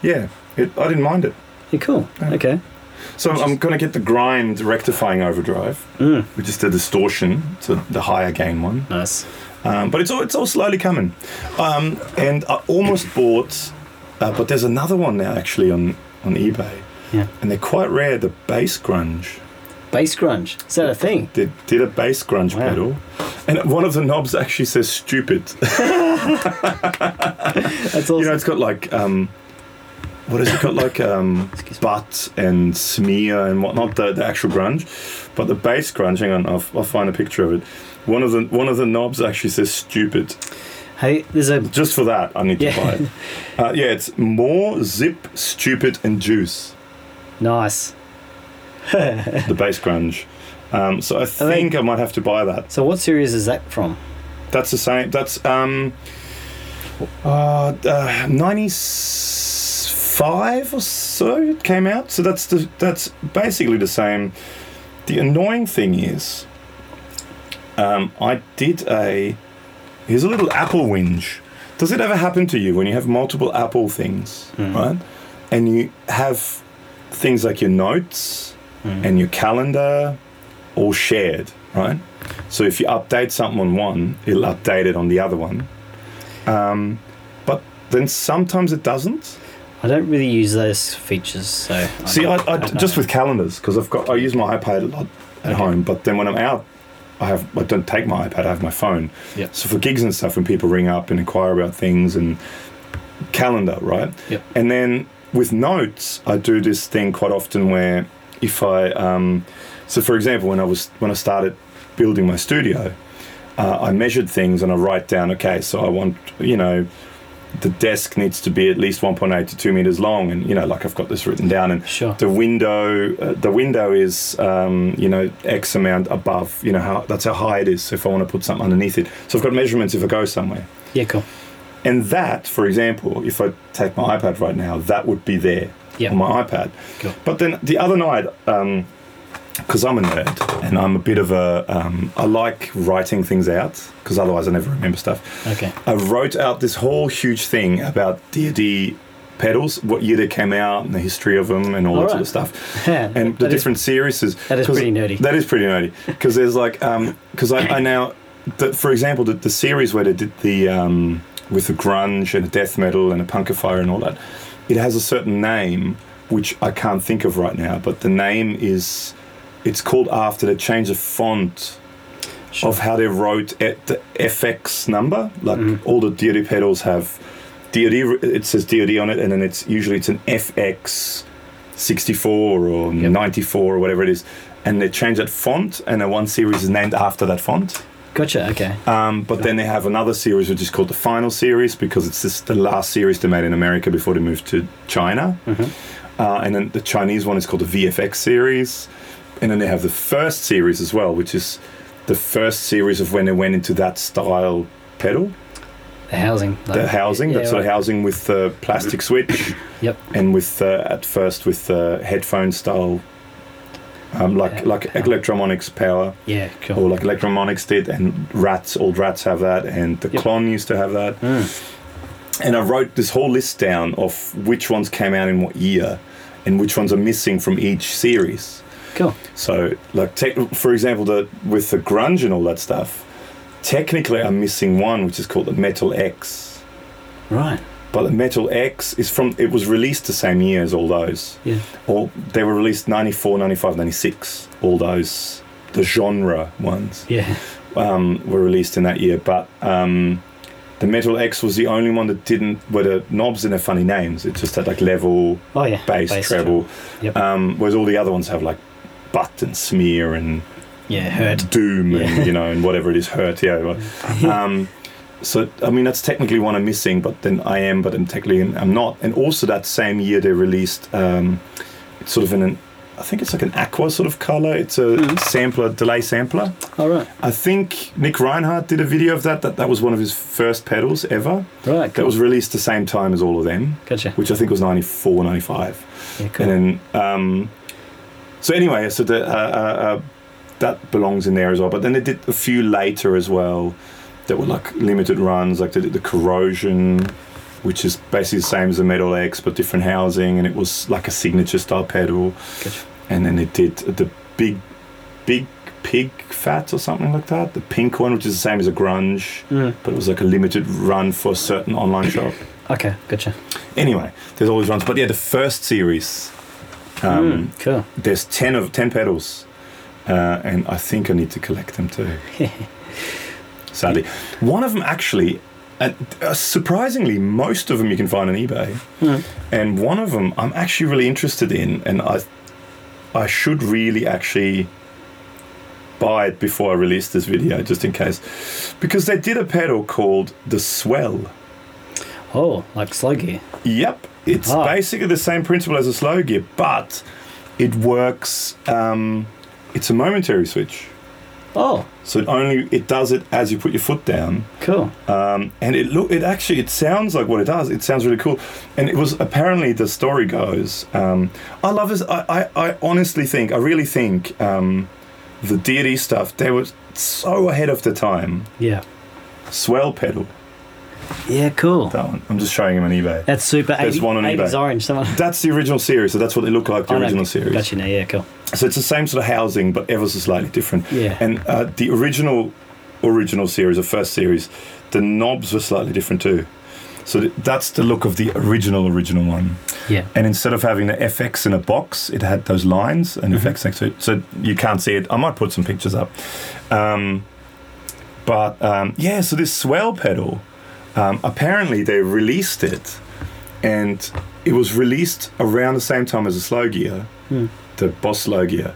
Speaker 1: yeah, it, I didn't mind it.
Speaker 2: yeah, cool.
Speaker 1: Yeah.
Speaker 2: Okay.
Speaker 1: So I'm going to get the grind rectifying overdrive.
Speaker 2: Mm.
Speaker 1: which is the distortion, so the higher gain one.
Speaker 2: Nice.
Speaker 1: Um, but it's all it's all slowly coming, um, and I almost bought, uh, but there's another one now actually on on eBay,
Speaker 2: Yeah.
Speaker 1: and they're quite rare. The bass grunge.
Speaker 2: Bass grunge. Is that a thing?
Speaker 1: They did a bass grunge
Speaker 2: Wow.
Speaker 1: pedal, and one of the knobs actually says "stupid." <laughs>
Speaker 2: That's
Speaker 1: <laughs> you know,
Speaker 2: awesome.
Speaker 1: it's got like. Um, what has it got like um,
Speaker 2: Excuse me.
Speaker 1: butt and smear and whatnot? The, the actual grunge, but the bass grunge. Hang on, I'll, I'll find a picture of it. One of the one of the knobs actually says "stupid."
Speaker 2: Hey, there's a
Speaker 1: Just for that, I need
Speaker 2: Yeah.
Speaker 1: to buy
Speaker 2: <laughs>
Speaker 1: it. Uh, yeah, it's more zip, stupid, and juice.
Speaker 2: nice. <laughs>
Speaker 1: The bass grunge. Um, so I
Speaker 2: they-
Speaker 1: think I might have to buy that.
Speaker 2: So what series is that from?
Speaker 1: That's the same. That's um, uh, uh, ninety-five or so. It came out. So that's the that's basically the same. The annoying thing is, um, I did a. Here's a little Apple whinge. Does it ever happen to you when you have multiple Apple things,
Speaker 2: Mm.
Speaker 1: right? And you have things like your notes
Speaker 2: Mm.
Speaker 1: and your calendar all shared, right? So if you update something on one, it'll update it on the other one. Um, but then sometimes it doesn't.
Speaker 2: I don't really use those features, so. I
Speaker 1: See, I,
Speaker 2: don't-
Speaker 1: I,
Speaker 2: don't know.
Speaker 1: just with calendars because I've got I use my iPad a lot at
Speaker 2: Okay.
Speaker 1: home, but then when I'm out, I have I don't take my iPad. I have my phone.
Speaker 2: Yep.
Speaker 1: So for gigs and stuff, when people ring up and inquire about things and calendar, right?
Speaker 2: Yep.
Speaker 1: And then with notes, I do this thing quite often where if I um, so for example, when I was when I started building my studio, uh, I measured things and I write down. Okay, so I want you know. The desk needs to be at least 1.8 to 2 meters long, and you know, like I've got this written down, and
Speaker 2: Sure.
Speaker 1: the window uh, the window is um, you know x amount above you know how that's how high it is so if i want to put something underneath it so i've got measurements if i go somewhere
Speaker 2: Yeah, cool.
Speaker 1: and that for example if i take my ipad right now that would be there
Speaker 2: Yeah.
Speaker 1: on my ipad
Speaker 2: Cool.
Speaker 1: but then the other night because i'm a nerd and i'm a bit of a um, i like writing things out because otherwise i never remember stuff
Speaker 2: Okay.
Speaker 1: I wrote out this whole huge thing about D&D pedals, what year they came out, and the history of them, and all, that sort of
Speaker 2: Alright. <laughs>
Speaker 1: stuff.
Speaker 2: Yeah,
Speaker 1: and the
Speaker 2: that is-
Speaker 1: different series.
Speaker 2: that is pretty nerdy.
Speaker 1: That is pretty nerdy because there's like because I, I now, the, for example, the, the series where they did the um, with the grunge and the death metal and the punkifier and all that, it has a certain name which I can't think of right now, but the name is it's called after they changed the font
Speaker 2: Sure.
Speaker 1: of how they wrote at the FX number. Like
Speaker 2: Mm-hmm.
Speaker 1: all the DoD pedals have DoD. re- It says DoD on it, and then it's usually it's an FX sixty four or ninety four or whatever it is, and they change that font, and then one series is named after that font.
Speaker 2: Gotcha. Okay.
Speaker 1: Um, but then they have another series which is called the Final Series because it's this, the last series they made in America before they moved to China.
Speaker 2: Mm-hmm.
Speaker 1: Uh, and then the Chinese one is called the VFX series. And then they have the first series as well, which is the first series of when they went into that style pedal,
Speaker 2: The housing.
Speaker 1: the
Speaker 2: like-
Speaker 1: housing,
Speaker 2: yeah,
Speaker 1: that sort of
Speaker 2: right.
Speaker 1: housing with the plastic switch
Speaker 2: <coughs> Yep.
Speaker 1: and with uh, at first with uh, headphone style, um, like
Speaker 2: Yeah,
Speaker 1: like
Speaker 2: power.
Speaker 1: Electromonics power
Speaker 2: Yeah.
Speaker 1: or
Speaker 2: Cool.
Speaker 1: like Electromonics did, and rats, old rats have that, and the
Speaker 2: Yep.
Speaker 1: clone used to have that.
Speaker 2: Mm,
Speaker 1: And I wrote this whole list down of which ones came out in what year, and which ones are missing from each series.
Speaker 2: Cool.
Speaker 1: So, like, tech for example, the with the grunge and all that stuff, technically I'm missing one, which is called the Metal X.
Speaker 2: Right.
Speaker 1: But the Metal X is from it was released the same year as all those,
Speaker 2: Yeah.
Speaker 1: or they were released 94, 95, 96, all those the genre ones
Speaker 2: Yeah.
Speaker 1: um, were released in that year, but um, the Metal X was the only one that didn't where the knobs didn't have funny names. It just had like level,
Speaker 2: Oh yeah.
Speaker 1: bass, treble,
Speaker 2: Yep.
Speaker 1: um, whereas all the other ones have like butt and smear and
Speaker 2: Yeah. Hurt.
Speaker 1: doom
Speaker 2: Yeah.
Speaker 1: and you know and whatever it is hurt. Yeah. but, um, so I mean that's technically one I'm missing, but then I am, but I'm technically I'm not. And also that same year they released um, it's sort of in an I think it's like an aqua sort of color. It's a
Speaker 2: Mm-hmm.
Speaker 1: sampler, delay sampler.
Speaker 2: All right.
Speaker 1: I think Nick Reinhardt did a video of that. That that was one of his first pedals ever. That
Speaker 2: Right. Cool.
Speaker 1: was released the same time as all of them,
Speaker 2: Gotcha.
Speaker 1: which I think was 94, 95.
Speaker 2: Yeah.
Speaker 1: And
Speaker 2: Cool.
Speaker 1: then, um, so anyway, so the, uh, uh, uh, that belongs in there as well. But then they did a few later as well that were like limited runs, like they did the Corrosion, which is basically the same as the Metal X, but different housing, and it was like a signature style pedal.
Speaker 2: Gotcha.
Speaker 1: And then it did the big, big pig fat or something like that. The pink one, which is the same as a grunge,
Speaker 2: Mm.
Speaker 1: but it was like a limited run for a certain online shop.
Speaker 2: Okay. Gotcha.
Speaker 1: Anyway, there's always runs. But yeah, the first series, um,
Speaker 2: Mm, cool.
Speaker 1: there's ten of ten pedals, uh, and I think I need to collect them too. Sadly, one of them actually, and uh, surprisingly, most of them you can find on eBay,
Speaker 2: Mm.
Speaker 1: and one of them I'm actually really interested in, and I, I should really actually buy it before I release this video, just in case, because they did a pedal called the Swell.
Speaker 2: Oh, like slow gear.
Speaker 1: Yep, it's
Speaker 2: Ah.
Speaker 1: basically the same principle as a slow gear, but it works. Um, it's a momentary switch,
Speaker 2: Oh,
Speaker 1: so it only it does it as you put your foot down.
Speaker 2: cool.
Speaker 1: Um, and it look it actually it sounds like what it does. It sounds really cool. And it was apparently the story goes. Um, I love this. I, I, I honestly think I really think um, the deity stuff they were so ahead of the time.
Speaker 2: Yeah.
Speaker 1: Swell pedal
Speaker 2: Yeah. Cool.
Speaker 1: that one. I'm just showing him on eBay.
Speaker 2: That's super.
Speaker 1: There's
Speaker 2: 80,
Speaker 1: one on eBay.
Speaker 2: 80s orange. Someone.
Speaker 1: That's the original series, so that's what they look like. The
Speaker 2: Oh, no,
Speaker 1: original series.
Speaker 2: Gotcha. Now. Yeah. Cool.
Speaker 1: So it's the same sort of housing, but ever so slightly different.
Speaker 2: Yeah.
Speaker 1: And uh, the original, original series, the first series, the knobs were slightly different too. So th- that's the look of the original, original one.
Speaker 2: Yeah.
Speaker 1: And instead of having the FX in a box, it had those lines and FX next to it. So you can't see it. I might put some pictures up. Um, but um, yeah, so this swell pedal, um, apparently they released it and it was released around the same time as the slow gear,
Speaker 2: Hmm.
Speaker 1: the boss slow gear.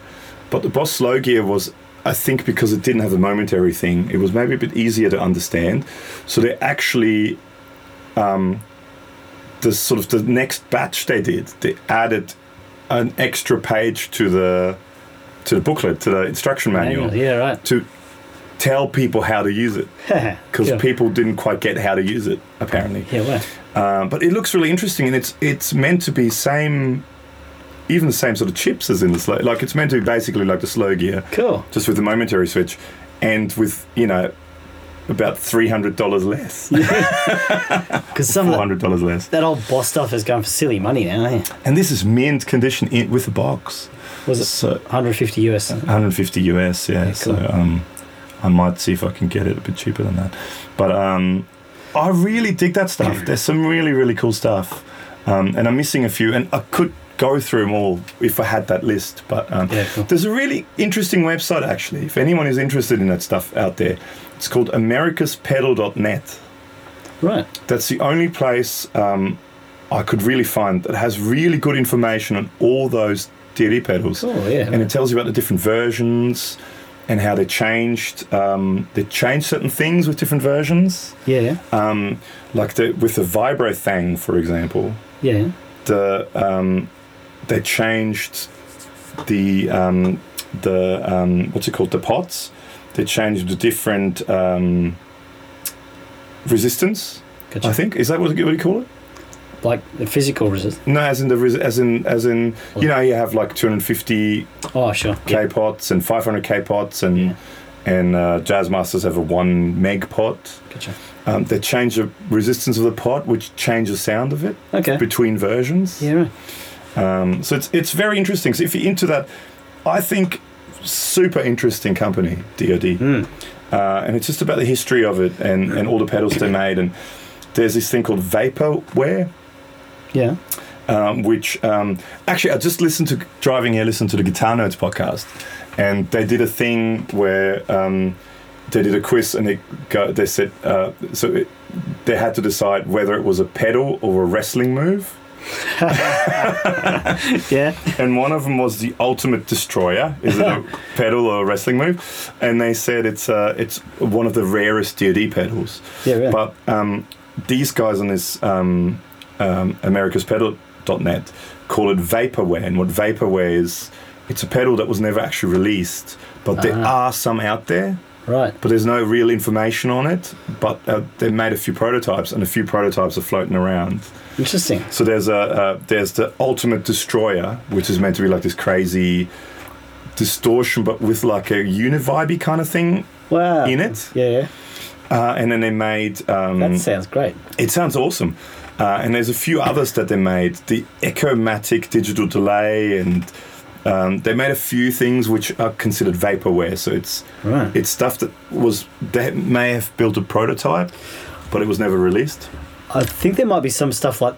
Speaker 1: But the boss slow gear was, I think, because it didn't have the momentary thing, it was maybe a bit easier to understand. So they actually um, the sort of the next batch they did, they added an extra page to the to the booklet, to the instruction manual,
Speaker 2: Manual, Yeah, right. <laughs>
Speaker 1: to tell people how to use it because
Speaker 2: yeah.
Speaker 1: people didn't quite get how to use it apparently.
Speaker 2: Yeah, well,
Speaker 1: Um, but it looks really interesting, and it's it's meant to be same, even the same sort of chips as in the slow. Like it's meant to be basically like the slow gear,
Speaker 2: cool.
Speaker 1: just with the momentary switch, and with you know about three hundred dollars less,
Speaker 2: Because some
Speaker 1: four
Speaker 2: of that,
Speaker 1: hundred dollars less.
Speaker 2: that old boss stuff is going for silly money now. eh?
Speaker 1: And this is mint condition in, with a box.
Speaker 2: Was it
Speaker 1: So
Speaker 2: 150 US?
Speaker 1: 150 US, yeah.
Speaker 2: Yeah,
Speaker 1: So
Speaker 2: cool.
Speaker 1: um, I might see if I can get it a bit cheaper than that. But um, I really dig that stuff. There's some really really cool stuff, um, and I'm missing a few. And I could go through them all if I had that list. But um,
Speaker 2: Yeah, cool.
Speaker 1: there's a really interesting website actually. If anyone is interested in that stuff out there, it's called AmericasPedal.net.
Speaker 2: Right.
Speaker 1: That's the only place um, I could really find that has really good information on all those DD pedals
Speaker 2: Cool, yeah.
Speaker 1: and it tells you about the different versions and how they changed. Um, they changed certain things with different versions,
Speaker 2: yeah, yeah.
Speaker 1: um, like the, with the Vibro Thang, for example.
Speaker 2: Yeah, yeah.
Speaker 1: The um, they changed the um, the um, what's it called the pots. They changed the different um, resistance.
Speaker 2: Gotcha.
Speaker 1: I think is that what you what you call it?
Speaker 2: Like the physical resist.
Speaker 1: No, as in the res- as in as in you know you have like 250
Speaker 2: Oh, sure.
Speaker 1: K pots and 500K pots and
Speaker 2: Yeah.
Speaker 1: and uh, Jazz Masters have a one meg pot.
Speaker 2: Gotcha.
Speaker 1: Um, they change the resistance of the pot, which changes the sound of it
Speaker 2: Okay.
Speaker 1: between versions.
Speaker 2: Yeah, right.
Speaker 1: Um, so it's it's very interesting. So if you're into that, I think super interesting company DoD,
Speaker 2: Mm.
Speaker 1: uh, and it's just about the history of it and and all the pedals they made. And there's this thing called vaporware,
Speaker 2: Yeah.
Speaker 1: um, which um, actually I just listened to driving here, listened to the Guitar Nerds podcast, and they did a thing where um, they did a quiz and they go, they said uh, so it, they had to decide whether it was a pedal or a wrestling move,
Speaker 2: Yeah.
Speaker 1: and one of them was the Ultimate Destroyer. Is it a pedal or a wrestling move? And they said it's uh, it's one of the rarest DoD pedals.
Speaker 2: <laughs> Yeah, right.
Speaker 1: But um, these guys on this um, um, AmericasPedal.net call it vaporware, and what vaporware is, it's a pedal that was never actually released, but there
Speaker 2: Ah.
Speaker 1: are some out there,
Speaker 2: right.
Speaker 1: but there's no real information on it. But uh, they made a few prototypes, and a few prototypes are floating around.
Speaker 2: Interesting.
Speaker 1: So there's a uh, there's the Ultimate Destroyer, which is meant to be like this crazy distortion, but with like a univibey kind of thing
Speaker 2: Wow.
Speaker 1: in it.
Speaker 2: Yeah, yeah.
Speaker 1: Uh, and then they made um,
Speaker 2: That sounds great.
Speaker 1: it sounds awesome. Uh, and there's a few others that they made the Echomatic digital delay, and um, they made a few things which are considered vaporware. So it's
Speaker 2: Right.
Speaker 1: it's stuff that was they may have built a prototype, but it was never released.
Speaker 2: I think there might be some stuff like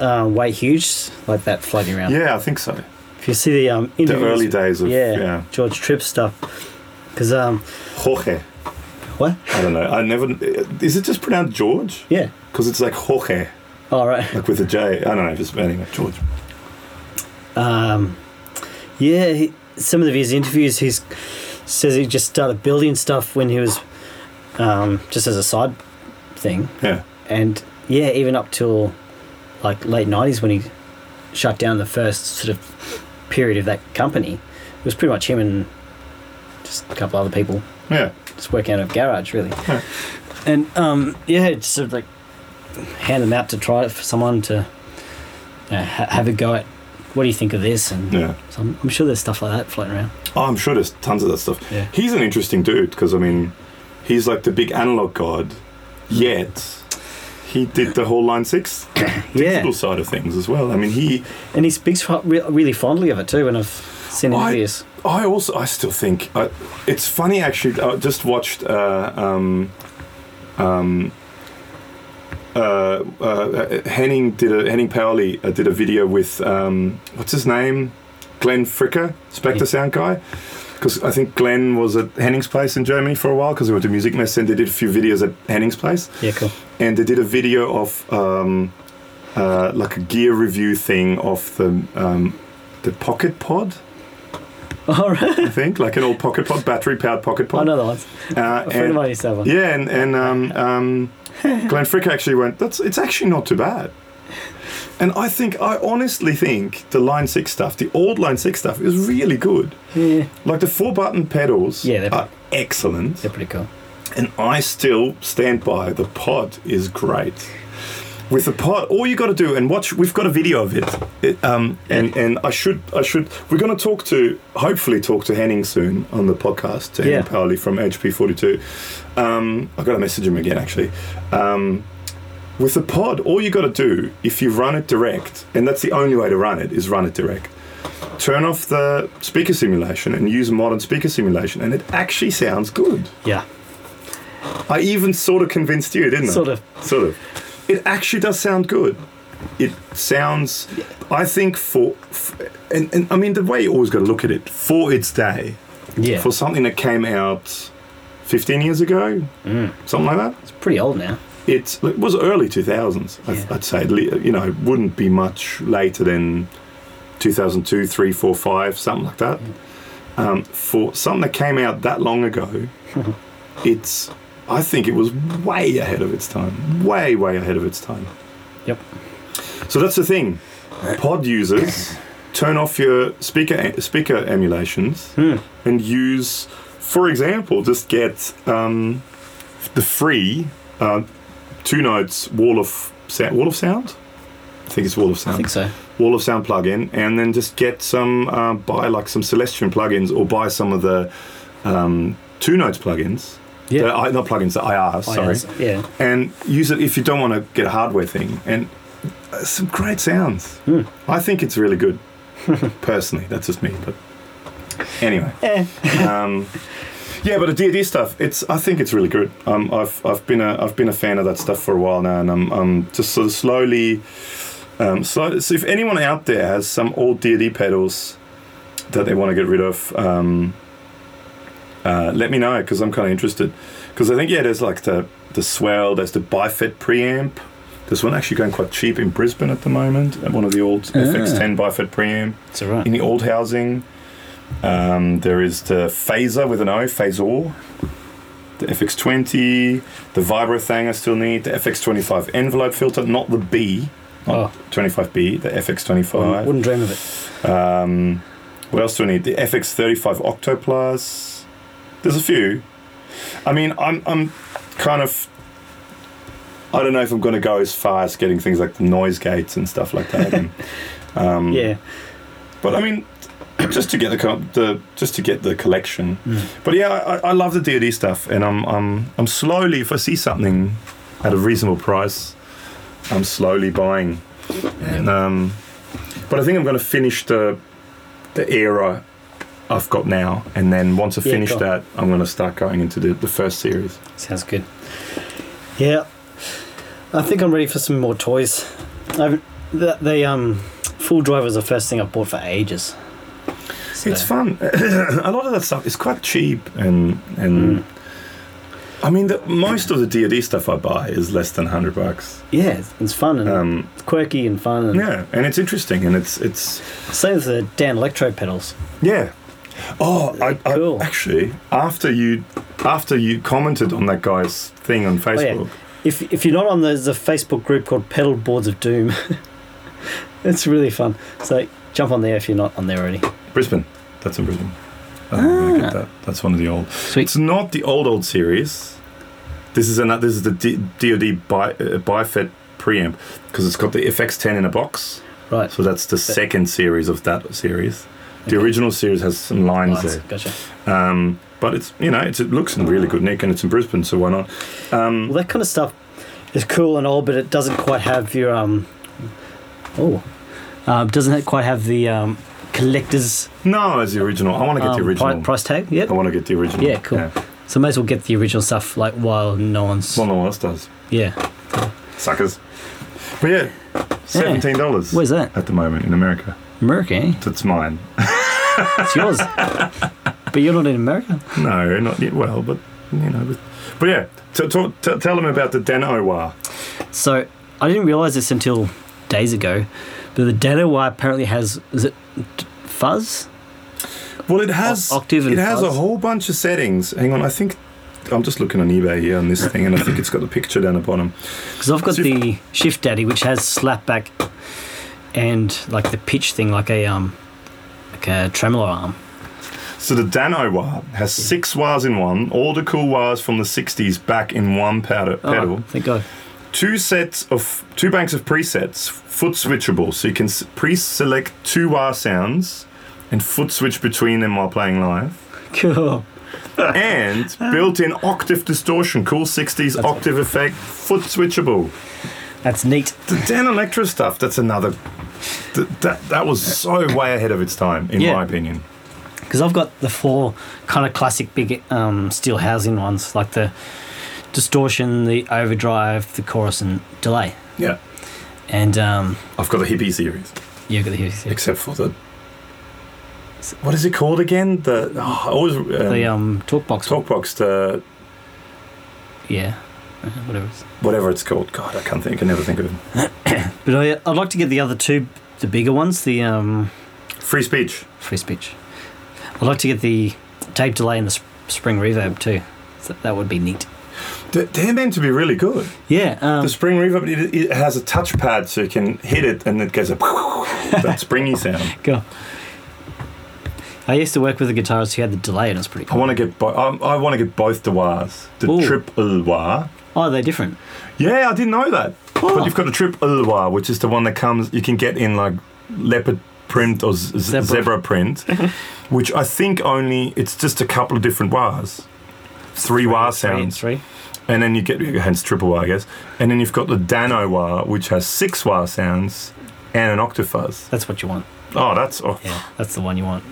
Speaker 2: uh, way huge, like that floating around.
Speaker 1: Yeah, I think so.
Speaker 2: If you see the um,
Speaker 1: The
Speaker 2: interviews,
Speaker 1: early days of
Speaker 2: yeah,
Speaker 1: yeah,
Speaker 2: George Tripp stuff, because um,
Speaker 1: Jorge.
Speaker 2: what?
Speaker 1: I don't know. I never. Is it just pronounced George?
Speaker 2: Yeah.
Speaker 1: Because it's like Jorge,
Speaker 2: All right.
Speaker 1: like with a J. I don't know if it's anyway. George.
Speaker 2: Um, yeah. He, some of his interviews, he says he just started building stuff when he was um, just as a side thing,
Speaker 1: Yeah.
Speaker 2: and yeah, even up till like late nineties when he shut down the first sort of period of that company, it was pretty much him and just a couple other people.
Speaker 1: Yeah.
Speaker 2: just working out of a garage really and um yeah it's sort of like hand them out to try it for someone to you know, ha- have a go at what do you think of this and
Speaker 1: Yeah.
Speaker 2: so I'm, I'm sure there's stuff like that floating around
Speaker 1: Oh, I'm sure there's tons of that stuff.
Speaker 2: Yeah.
Speaker 1: He's an interesting dude because I mean, he's like the big analog god. Yet he did the whole Line Six digital
Speaker 2: yeah
Speaker 1: side of things as well. I mean, he
Speaker 2: and he speaks fo- re- really fondly of it too when I've Sending
Speaker 1: I-
Speaker 2: this.
Speaker 1: I also, I still think I, it's funny. Actually, I just watched uh, um, um, uh, uh, Henning did a Henning Paoli uh, did a video with um, what's his name, Glenn Fricker, Spectre
Speaker 2: Yeah.
Speaker 1: Sound guy. Because I think Glenn was at Henning's place in Germany for a while because they went to Music Mess and they did a few videos at Henning's place
Speaker 2: Yeah, cool.
Speaker 1: and they did a video of um, uh, like a gear review thing of the um, the Pocket Pod.
Speaker 2: <laughs> All right.
Speaker 1: I think, like an old pocket pod, battery powered pocket
Speaker 2: I
Speaker 1: pod.
Speaker 2: know that one.
Speaker 1: Uh,
Speaker 2: A friend of
Speaker 1: and,
Speaker 2: mine used to have one.
Speaker 1: yeah, and, and um, um, Glenn Frick actually went, "That's it's actually not too bad." And I think, I honestly think the Line 6 stuff, the old Line 6 stuff, is really good.
Speaker 2: Yeah.
Speaker 1: Like the four button pedals
Speaker 2: Yeah, they're-
Speaker 1: are excellent.
Speaker 2: They're pretty cool.
Speaker 1: And I still stand by the pod is great. With the pod, all you got to do and watch. We've got a video of it, It, um, and and I should I should. We're going to talk to hopefully talk to Henning soon on the podcast. Henning
Speaker 2: Yeah.
Speaker 1: Paoli from HP Forty Two. Um, I got to message him again actually. Um, with the pod, all you got to do if you run it direct, and that's the only way to run it is run it direct. Turn off the speaker simulation and use modern speaker simulation, and it actually sounds good.
Speaker 2: Yeah.
Speaker 1: I even sort of convinced you, didn't I?
Speaker 2: Sort of.
Speaker 1: Sort of. It actually does sound good. It sounds, I think, for, f and, and I mean, the way you always got to look at it, for its day,
Speaker 2: Yeah.
Speaker 1: for something that came out 15 years ago,
Speaker 2: Mm.
Speaker 1: something like that,
Speaker 2: It's pretty old now.
Speaker 1: it's, it was early 2000s, I
Speaker 2: Yeah.
Speaker 1: I'd say. Le- You know, it wouldn't be much later than 2002, 3, 4, 5, something like that. Um, for something that came out that long ago, it's, I think it was way ahead of its time. Way, way ahead of its time.
Speaker 2: Yep.
Speaker 1: So that's the thing. Pod users, turn off your speaker speaker emulations
Speaker 2: Hmm.
Speaker 1: and use, for example, just get um, the free uh, two notes wall of sound. Wall of sound. I think it's wall of
Speaker 2: I
Speaker 1: sound.
Speaker 2: think so.
Speaker 1: Wall of sound plugin, and then just get some uh, buy like some Celestion plugins or buy some of the um, two notes plugins.
Speaker 2: Yeah.
Speaker 1: The, I- not plugins, the IRs.
Speaker 2: Oh,
Speaker 1: sorry
Speaker 2: yes. Yeah.
Speaker 1: and use it if you don't want to get a hardware thing. And uh, some great sounds.
Speaker 2: Hmm.
Speaker 1: I think it's really good, personally. That's just me, but anyway.
Speaker 2: Eh.
Speaker 1: um, yeah, but the D&D stuff, it's I think it's really good. Um, I've I've been a I've been a fan of that stuff for a while now, and I'm I'm just sort of slowly. Um, so, so if anyone out there has some old D&D pedals that they want to get rid of, um, uh, let me know because I'm kind of interested. Because I think yeah, there's like the the swell, there's the Bifet preamp. There's one actually going quite cheap in Brisbane at the moment. uh, One of the old FX10 Bifet preamp
Speaker 2: It's all right.
Speaker 1: in the old housing. Um, there is the phaser with an O, phasor. The FX20, the vibro thing I still need, the FX25 envelope filter, not the B,
Speaker 2: Oh,
Speaker 1: 25B, the
Speaker 2: wouldn't,
Speaker 1: FX25.
Speaker 2: wouldn't dream of it.
Speaker 1: Um, what else do I need? The FX35 Octoplus. There's a few. I mean, I'm, I'm kind of. I don't know if I'm going to go as far as getting things like the noise gates and stuff like that. and, um,
Speaker 2: Yeah.
Speaker 1: but I mean, just to get the, co- the just to get the collection.
Speaker 2: Hmm.
Speaker 1: But yeah, I, I love the D stuff, and I'm I'm I'm slowly if I see something at a reasonable price, I'm slowly buying. And um, but I think I'm going to finish the the era I've got now, and then once I
Speaker 2: Yeah,
Speaker 1: finish
Speaker 2: cool.
Speaker 1: that, I'm going to start going into the, the first series.
Speaker 2: Sounds good. Yeah, I think I'm ready for some more toys. I've, the, the um, full drive was the first thing I bought for ages. So-
Speaker 1: It's fun. <coughs> a lot of that stuff is quite cheap, and and I mean, the, most of the D stuff I buy is less than hundred bucks.
Speaker 2: Yeah, it's- it's fun and
Speaker 1: Um,
Speaker 2: it's quirky and fun. And
Speaker 1: Yeah, and it's interesting, and it's it's
Speaker 2: Same with the Dan Electro pedals.
Speaker 1: yeah. Oh, I, I
Speaker 2: Cool.
Speaker 1: actually after you after you commented on that guy's thing on Facebook,
Speaker 2: If, if you're not on the, there's a Facebook group called Pedal Boards of Doom, <laughs> it's really fun. So jump on there if you're not on there already.
Speaker 1: Brisbane, that's in Brisbane. I'm gonna get that. That's one of the old.
Speaker 2: Sweet.
Speaker 1: It's not the old old series. This is another. This is the D, DoD bi, uh, Bifet preamp because it's got the FX10 in a box.
Speaker 2: Right.
Speaker 1: So that's the second series of that series. The original series has some lines
Speaker 2: Lights,
Speaker 1: there.
Speaker 2: Gotcha.
Speaker 1: Um, but it's you know it's, it looks in really good nick and it's in Brisbane, so why not? Um,
Speaker 2: Well, that kind of stuff is cool and all, but it doesn't quite have your um. Oh, uh, doesn't it quite have the um, collector's
Speaker 1: No, it's the original. I want to get the
Speaker 2: um,
Speaker 1: original. Oh.
Speaker 2: pri- price tag. Yep.
Speaker 1: I want to get the original.
Speaker 2: Yeah, cool. So may as well get the original stuff like while no one's.
Speaker 1: Well, no one else does.
Speaker 2: yeah.
Speaker 1: Suckers. But yeah, seventeen dollars
Speaker 2: Where's that?
Speaker 1: at the moment in America.
Speaker 2: America. Eh?
Speaker 1: That's mine. <laughs>
Speaker 2: It's yours. but you're not in America.
Speaker 1: No, not yet. Well, but you know. But, but yeah, t- talk, t- tell them about the Danowa.
Speaker 2: So I didn't realize this until days ago, but the Danowa apparently has is it d- fuzz?
Speaker 1: Well, it has
Speaker 2: O- octave
Speaker 1: it
Speaker 2: and
Speaker 1: has a
Speaker 2: fuzz.
Speaker 1: whole bunch of settings. Hang on, I think I'm just looking on eBay here on this thing, and I think it's got the picture down the bottom.
Speaker 2: Because I've got
Speaker 1: So if-
Speaker 2: the Shift Daddy, which has slapback and like the pitch thing, like a um, like a tremolo arm.
Speaker 1: So the Danowa has six wahs in one, all the cool wahs from the '60s back in one powder,
Speaker 2: Oh,
Speaker 1: pedal.
Speaker 2: Thank God.
Speaker 1: two sets of two banks of presets, foot switchable, so you can s- pre-select two wah sounds and foot switch between them while playing live.
Speaker 2: Cool.
Speaker 1: And built-in octave distortion, cool 60s octave effect, foot switchable.
Speaker 2: That's neat.
Speaker 1: The Dan Electra stuff, that's another th- that that was so way ahead of its time in
Speaker 2: Yeah.
Speaker 1: my opinion.
Speaker 2: Because I've got the four kind of classic big um, steel housing ones, like the distortion, the overdrive, the chorus, and delay.
Speaker 1: Yeah.
Speaker 2: And um,
Speaker 1: I've got the hippie series,
Speaker 2: you've got the here.
Speaker 1: except for the what is it called again? The oh, I always um,
Speaker 2: the um, talk box. one.
Speaker 1: Talkbox, the
Speaker 2: Yeah, Uh, whatever. It's.
Speaker 1: whatever it's called. God, I can't think. I can never think of it.
Speaker 2: But I, I'd like to get the other two, the bigger ones, the um,
Speaker 1: Free speech.
Speaker 2: free speech. I'd like to get the tape delay and the sp- spring reverb too. So that would be neat.
Speaker 1: They're- They're meant to be really good.
Speaker 2: Yeah. Um,
Speaker 1: The spring reverb it, it has a touchpad, so you can hit it and it goes a <laughs> that springy sound.
Speaker 2: go. I used to work with a guitarist who had the delay, and it was pretty
Speaker 1: I
Speaker 2: cool.
Speaker 1: want to get bo- I, I want to get both the wahs, the
Speaker 2: Ooh.
Speaker 1: triple wah.
Speaker 2: Oh, they're different.
Speaker 1: Yeah, I didn't know that.
Speaker 2: Oh.
Speaker 1: But you've got the triple wah, which is the one that comes you can get in like leopard print or z-
Speaker 2: Zebra.
Speaker 1: zebra. <laughs> print, which I think only it's just a couple of different wahs, three wah sounds.
Speaker 2: Three.
Speaker 1: And then you get, hence triple wah, I guess. And then you've got the Dano wah, which has six wah sounds and an octave fuzz.
Speaker 2: That's what you want.
Speaker 1: Oh, that's. Oh.
Speaker 2: Yeah, that's the one you want.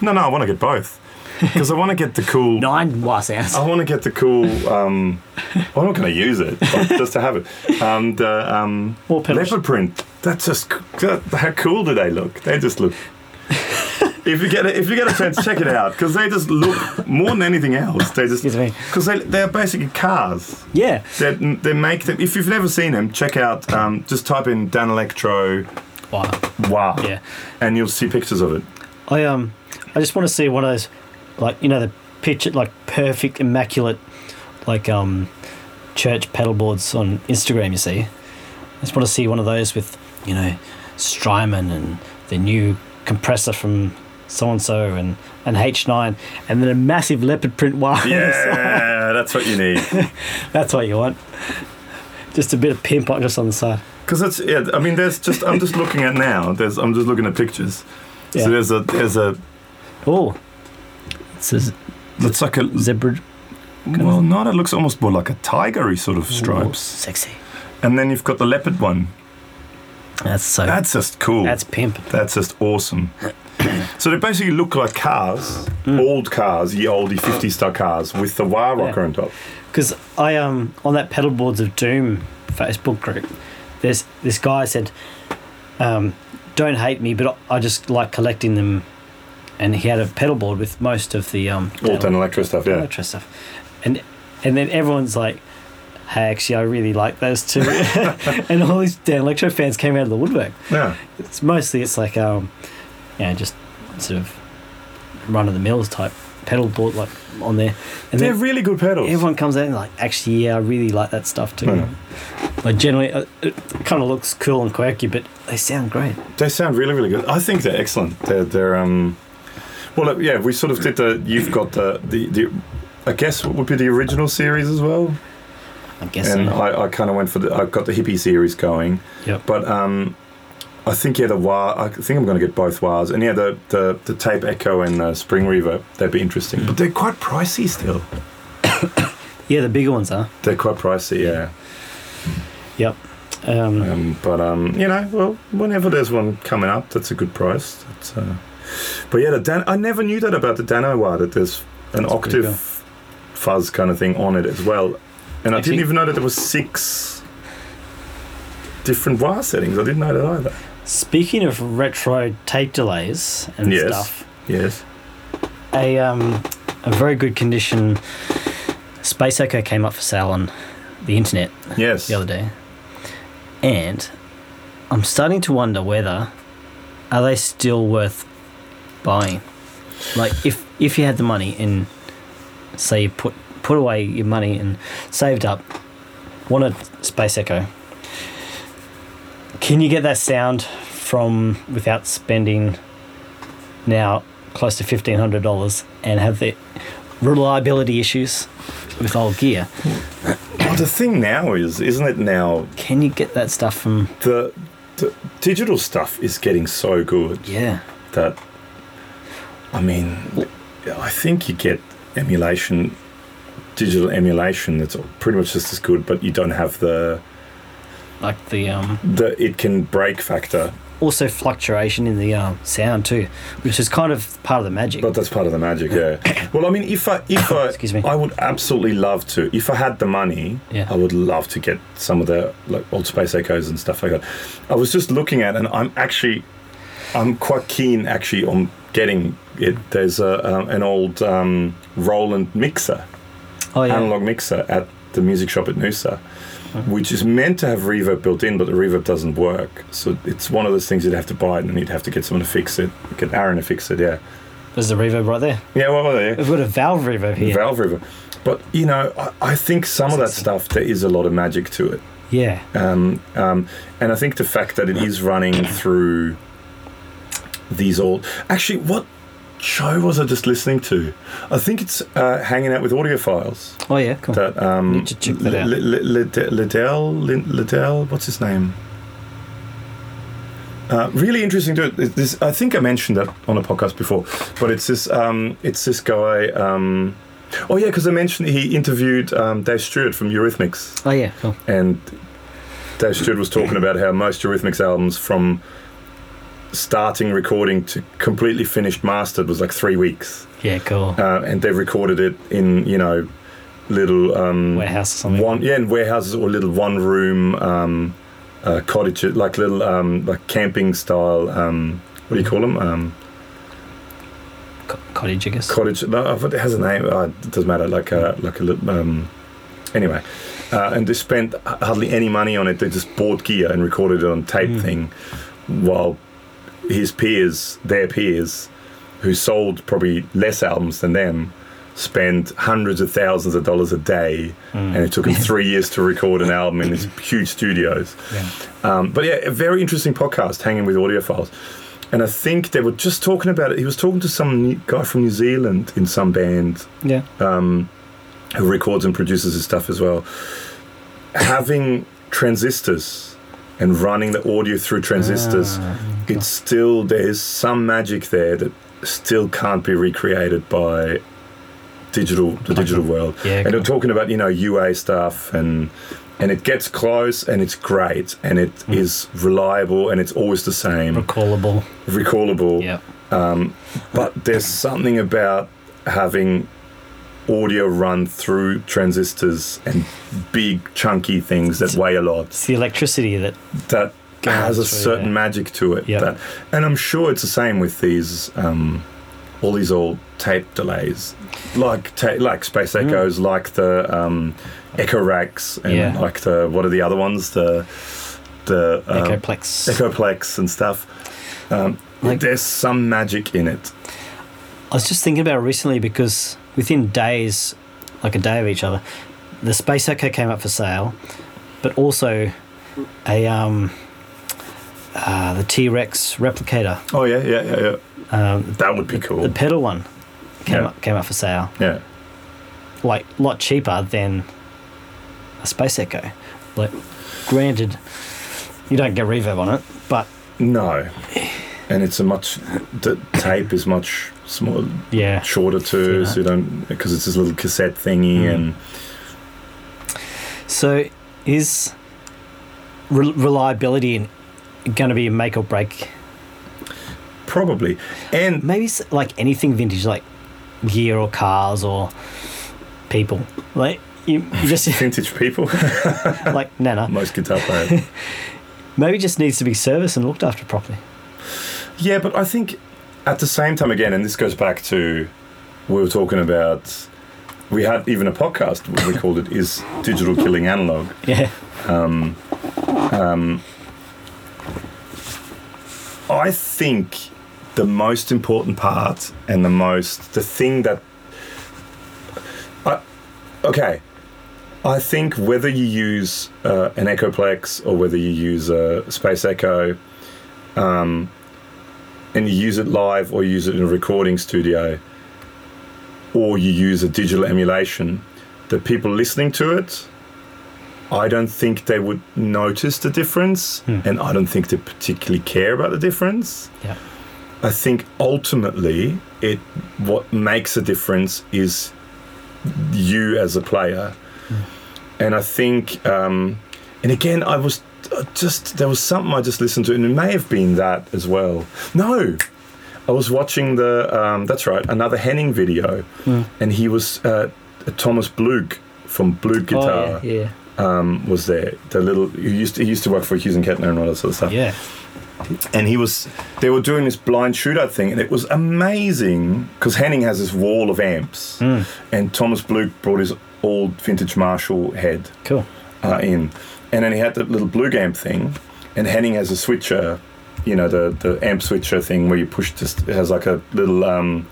Speaker 1: No, no, I want to get both. Because I want to get the <laughs> cool.
Speaker 2: Nine wah sounds.
Speaker 1: I want to get the cool. Um, I'm not going to use it, but just to have it. Um, the um,
Speaker 2: More pedals.
Speaker 1: leopard print. That's just. c- That, how cool do they look? They just look. If you get a, if you get a chance, check it out because they just look more than anything else. They just
Speaker 2: Excuse me.
Speaker 1: because they they're basically cars.
Speaker 2: Yeah.
Speaker 1: They, they make them. If you've never seen them, check out. Um, just type in Dan Electro
Speaker 2: Wow.
Speaker 1: Wow,
Speaker 2: Yeah.
Speaker 1: and you'll see pictures of it.
Speaker 2: I um, I just want to see one of those, like you know, the picture like perfect, immaculate, like um, church pedal boards on Instagram. You see, I just want to see one of those with you know, Strymon and the new compressor from so and so and and H nine, and then a massive leopard print wire.
Speaker 1: Yeah, that's what you need.
Speaker 2: <laughs> That's what you want. Just a bit of pimp just on the side.
Speaker 1: Because it's yeah. I mean, there's just I'm just looking at now. There's I'm just looking at pictures.
Speaker 2: Yeah.
Speaker 1: So there's a there's a
Speaker 2: Oh, it's a
Speaker 1: that's like a
Speaker 2: zebra.
Speaker 1: well no that looks almost more like a tigery sort of stripes.
Speaker 2: Sexy.
Speaker 1: And then you've got the leopard one.
Speaker 2: That's so. That's,
Speaker 1: That's just cool.
Speaker 2: that's pimp.
Speaker 1: That's just
Speaker 2: <coughs>
Speaker 1: awesome. so they basically look like cars,
Speaker 2: Hmm.
Speaker 1: old cars, ye olde 50 star cars with the wire rocker on top.
Speaker 2: Because I um on that pedal boards of doom Facebook group, there's this guy said, um, "Don't hate me, but I I just like collecting them," and he had a pedal board with most of the um
Speaker 1: All Dan Electro stuff, yeah.
Speaker 2: Electro stuff, and and then everyone's like. Hey, actually, I really like those too, <laughs> and all these Dan Electro fans came out of the woodwork.
Speaker 1: Yeah.
Speaker 2: It's mostly it's like um, you know, just sort of run of the mills type pedal board like on there, and
Speaker 1: They're
Speaker 2: then
Speaker 1: really good pedals.
Speaker 2: Everyone comes out and like, actually, yeah, I really like that stuff too.
Speaker 1: Yeah. Hmm.
Speaker 2: Like generally, uh, it kind of looks cool and quirky, but they sound great.
Speaker 1: They sound really, really good. I think they're excellent. They're, they're um, well, uh, yeah. We sort of did the. You've got the the, the I guess what would be the original series as well.
Speaker 2: I guess.
Speaker 1: and
Speaker 2: so.
Speaker 1: I, I kind of went for the. I got the hippie series going,
Speaker 2: yep.
Speaker 1: but um, I think yeah, the wah. I think I'm going to get both wahs, and yeah, the the, the tape echo and the spring reverb. They'd be interesting, but they're quite pricey still.
Speaker 2: Yeah, the bigger ones are.
Speaker 1: They're quite pricey, yeah.
Speaker 2: Yep. Um,
Speaker 1: Um, but um, you know, well, whenever there's one coming up, that's a good price. That's, uh, but yeah, the Dan- I never knew that about the Danowa that there's an
Speaker 2: That's pretty
Speaker 1: octave
Speaker 2: cool.
Speaker 1: fuzz kind of thing on it as well, and I
Speaker 2: Actually-
Speaker 1: didn't even know that there was six different wah settings. I didn't know that either.
Speaker 2: Speaking of retro tape delays and
Speaker 1: Yes.
Speaker 2: stuff,
Speaker 1: Yes.
Speaker 2: a um, a very good condition Space Echo came up for sale on the internet
Speaker 1: Yes.
Speaker 2: the other day, and I'm starting to wonder whether are they still worth buying. Like if if you had the money and say you put put away your money and saved up, wanted Space Echo, can you get that sound from without spending now close to fifteen hundred dollars and have the reliability issues with old gear?
Speaker 1: Well, Oh, the thing now is, isn't it now
Speaker 2: Can you get that stuff from
Speaker 1: the, the digital stuff is getting so good.
Speaker 2: yeah?
Speaker 1: that I mean I think you get emulation digital emulation that's pretty much just as good but you don't have the
Speaker 2: like the um
Speaker 1: the it can break factor
Speaker 2: also fluctuation in the um sound too which is kind of part of the magic
Speaker 1: but that's part of the magic yeah
Speaker 2: <coughs>
Speaker 1: well I mean if I if I
Speaker 2: Excuse me.
Speaker 1: I would absolutely love to if I had the money
Speaker 2: Yeah.
Speaker 1: I would love to get some of the like old space echoes and stuff like that I was just looking at and I'm actually I'm quite keen actually on getting it there's a, um, an old um, Roland mixer
Speaker 2: oh yeah Uh-huh.
Speaker 1: analog mixer at the music shop at Noosa, which is meant to have reverb built in, but the reverb doesn't work. So it's one of those things you'd have to buy it and you'd have to get someone to fix it, get Aaron to fix it. Yeah,
Speaker 2: there's the reverb right there
Speaker 1: yeah, well, well yeah.
Speaker 2: we've got a valve reverb here
Speaker 1: valve reverb. But you know, I, I think some of that stuff there is a lot of magic to it,
Speaker 2: yeah
Speaker 1: um, um, and I think the fact that it is running through these old. Actually, what show was I just listening to? I think it's uh, hanging out with audiophiles.
Speaker 2: oh yeah cool
Speaker 1: that um
Speaker 2: Need to check that out.
Speaker 1: L- L- L- Liddell Lin- Liddell what's his name uh, really interesting dude It- this I think I mentioned that on a podcast before but it's this um it's this guy um oh yeah because I mentioned he interviewed um, Dave Stewart from Eurythmics
Speaker 2: oh yeah cool
Speaker 1: and Dave Stewart was talking about how most Eurythmics albums from starting recording to completely finished mastered was like three weeks
Speaker 2: yeah cool
Speaker 1: uh, and they recorded it in you know little um,
Speaker 2: warehouse or something
Speaker 1: one yeah, in warehouses or little one room um, uh, cottages, like little um, like camping style. Um, what do you call them? Um,
Speaker 2: Co- cottage I guess
Speaker 1: cottage. No, uh, what- it has a name. Uh, it doesn't matter. Like a like a little. Um, anyway, uh, and they spent h- hardly any money on it. They just bought gear and recorded it on tape
Speaker 2: Mm.
Speaker 1: thing, while his peers, their peers, who sold probably less albums than them. Spend hundreds of thousands of dollars a day,
Speaker 2: Mm.
Speaker 1: and it
Speaker 2: <laughs>
Speaker 1: took him three years to record an album in these huge studios.
Speaker 2: yeah.
Speaker 1: Um, but yeah, a very interesting podcast, Hanging with Audiophiles. And I think they were just talking about it. He was talking to some new guy from New Zealand in some band
Speaker 2: yeah
Speaker 1: um, who records and produces his stuff as well. Having transistors and running the audio through transistors,
Speaker 2: Ah,
Speaker 1: it's still, there's some magic there that still can't be recreated by digital the digital world
Speaker 2: yeah
Speaker 1: and
Speaker 2: cool.
Speaker 1: they're talking about you know UA stuff and and it gets close and it's great and it is
Speaker 2: Mm.
Speaker 1: reliable and it's always the same
Speaker 2: recallable
Speaker 1: recallable
Speaker 2: yeah
Speaker 1: um, but there's something about having audio run through transistors and big chunky things that weigh a lot
Speaker 2: it's the electricity that
Speaker 1: that
Speaker 2: Going
Speaker 1: has a
Speaker 2: through
Speaker 1: certain
Speaker 2: there.
Speaker 1: magic to it.
Speaker 2: Yeah.
Speaker 1: That, and I'm sure it's the same with these, um, all these old tape delays, like ta- like Space
Speaker 2: Mm.
Speaker 1: Echoes, like the um, Echo Racks, and
Speaker 2: Yeah.
Speaker 1: like the what are the other ones? The the um,
Speaker 2: echoplex
Speaker 1: Echoplex and stuff. Um,
Speaker 2: Like-
Speaker 1: there's some magic in it.
Speaker 2: I was just thinking about it recently because within days, like a day of each other, the Space Echo came up for sale, but also a um, uh, the T Rex replicator,
Speaker 1: Oh yeah, yeah, yeah, yeah.
Speaker 2: um,
Speaker 1: That would be cool.
Speaker 2: the pedal one, came
Speaker 1: Yeah.
Speaker 2: up came up for sale,
Speaker 1: yeah,
Speaker 2: like a lot cheaper than a Space Echo. Like, granted, you don't get reverb on it, but
Speaker 1: no. And it's a much the tape is much smaller.
Speaker 2: yeah,
Speaker 1: shorter too,
Speaker 2: Yeah.
Speaker 1: so you don't because it's this little cassette Hmm. thingy
Speaker 2: Mm.
Speaker 1: and
Speaker 2: So is re- reliability and going to be a make or break.
Speaker 1: Probably. And
Speaker 2: Maybe s like anything vintage, like gear or cars or people. Like you, you just
Speaker 1: <laughs>
Speaker 2: <laughs>
Speaker 1: vintage people,
Speaker 2: like no, no.
Speaker 1: most guitar players.
Speaker 2: Maybe it just needs to be serviced and looked after properly.
Speaker 1: yeah, but I think at the same time, again, and this goes back to we were talking about. We had even a podcast. We called it "Is Digital Killing Analog."
Speaker 2: Yeah,
Speaker 1: I think the most important part and the most the thing that I, okay I think whether you use uh, an Echoplex or whether you use a Space Echo um, and you use it live or you use it in a recording studio or you use a digital emulation the people listening to it I don't think they would notice the difference,
Speaker 2: Hmm.
Speaker 1: and I don't think they particularly care about the difference.
Speaker 2: yeah,
Speaker 1: I think ultimately, it what makes a difference is you as a player,
Speaker 2: Hmm.
Speaker 1: and I think, um, and again, I was uh, just there was something I just listened to, and it may have been that as well. No, I was watching the um, that's right another Henning video,
Speaker 2: Hmm.
Speaker 1: and he was uh, Thomas Blug from Blug Guitar
Speaker 2: Oh, yeah,
Speaker 1: um, was there. The little he used to, he used to work for Hughes and Kettner and all that sort of
Speaker 2: yeah,
Speaker 1: stuff.
Speaker 2: yeah.
Speaker 1: And he was they were doing this blind shootout thing, and it was amazing because Henning has this wall of amps,
Speaker 2: Mm,
Speaker 1: and Thomas Blue brought his old vintage Marshall head
Speaker 2: cool.
Speaker 1: uh, in, and then he had that little Blue amp thing, and Henning has a switcher, you know the the amp switcher thing where you push just it has like a little um,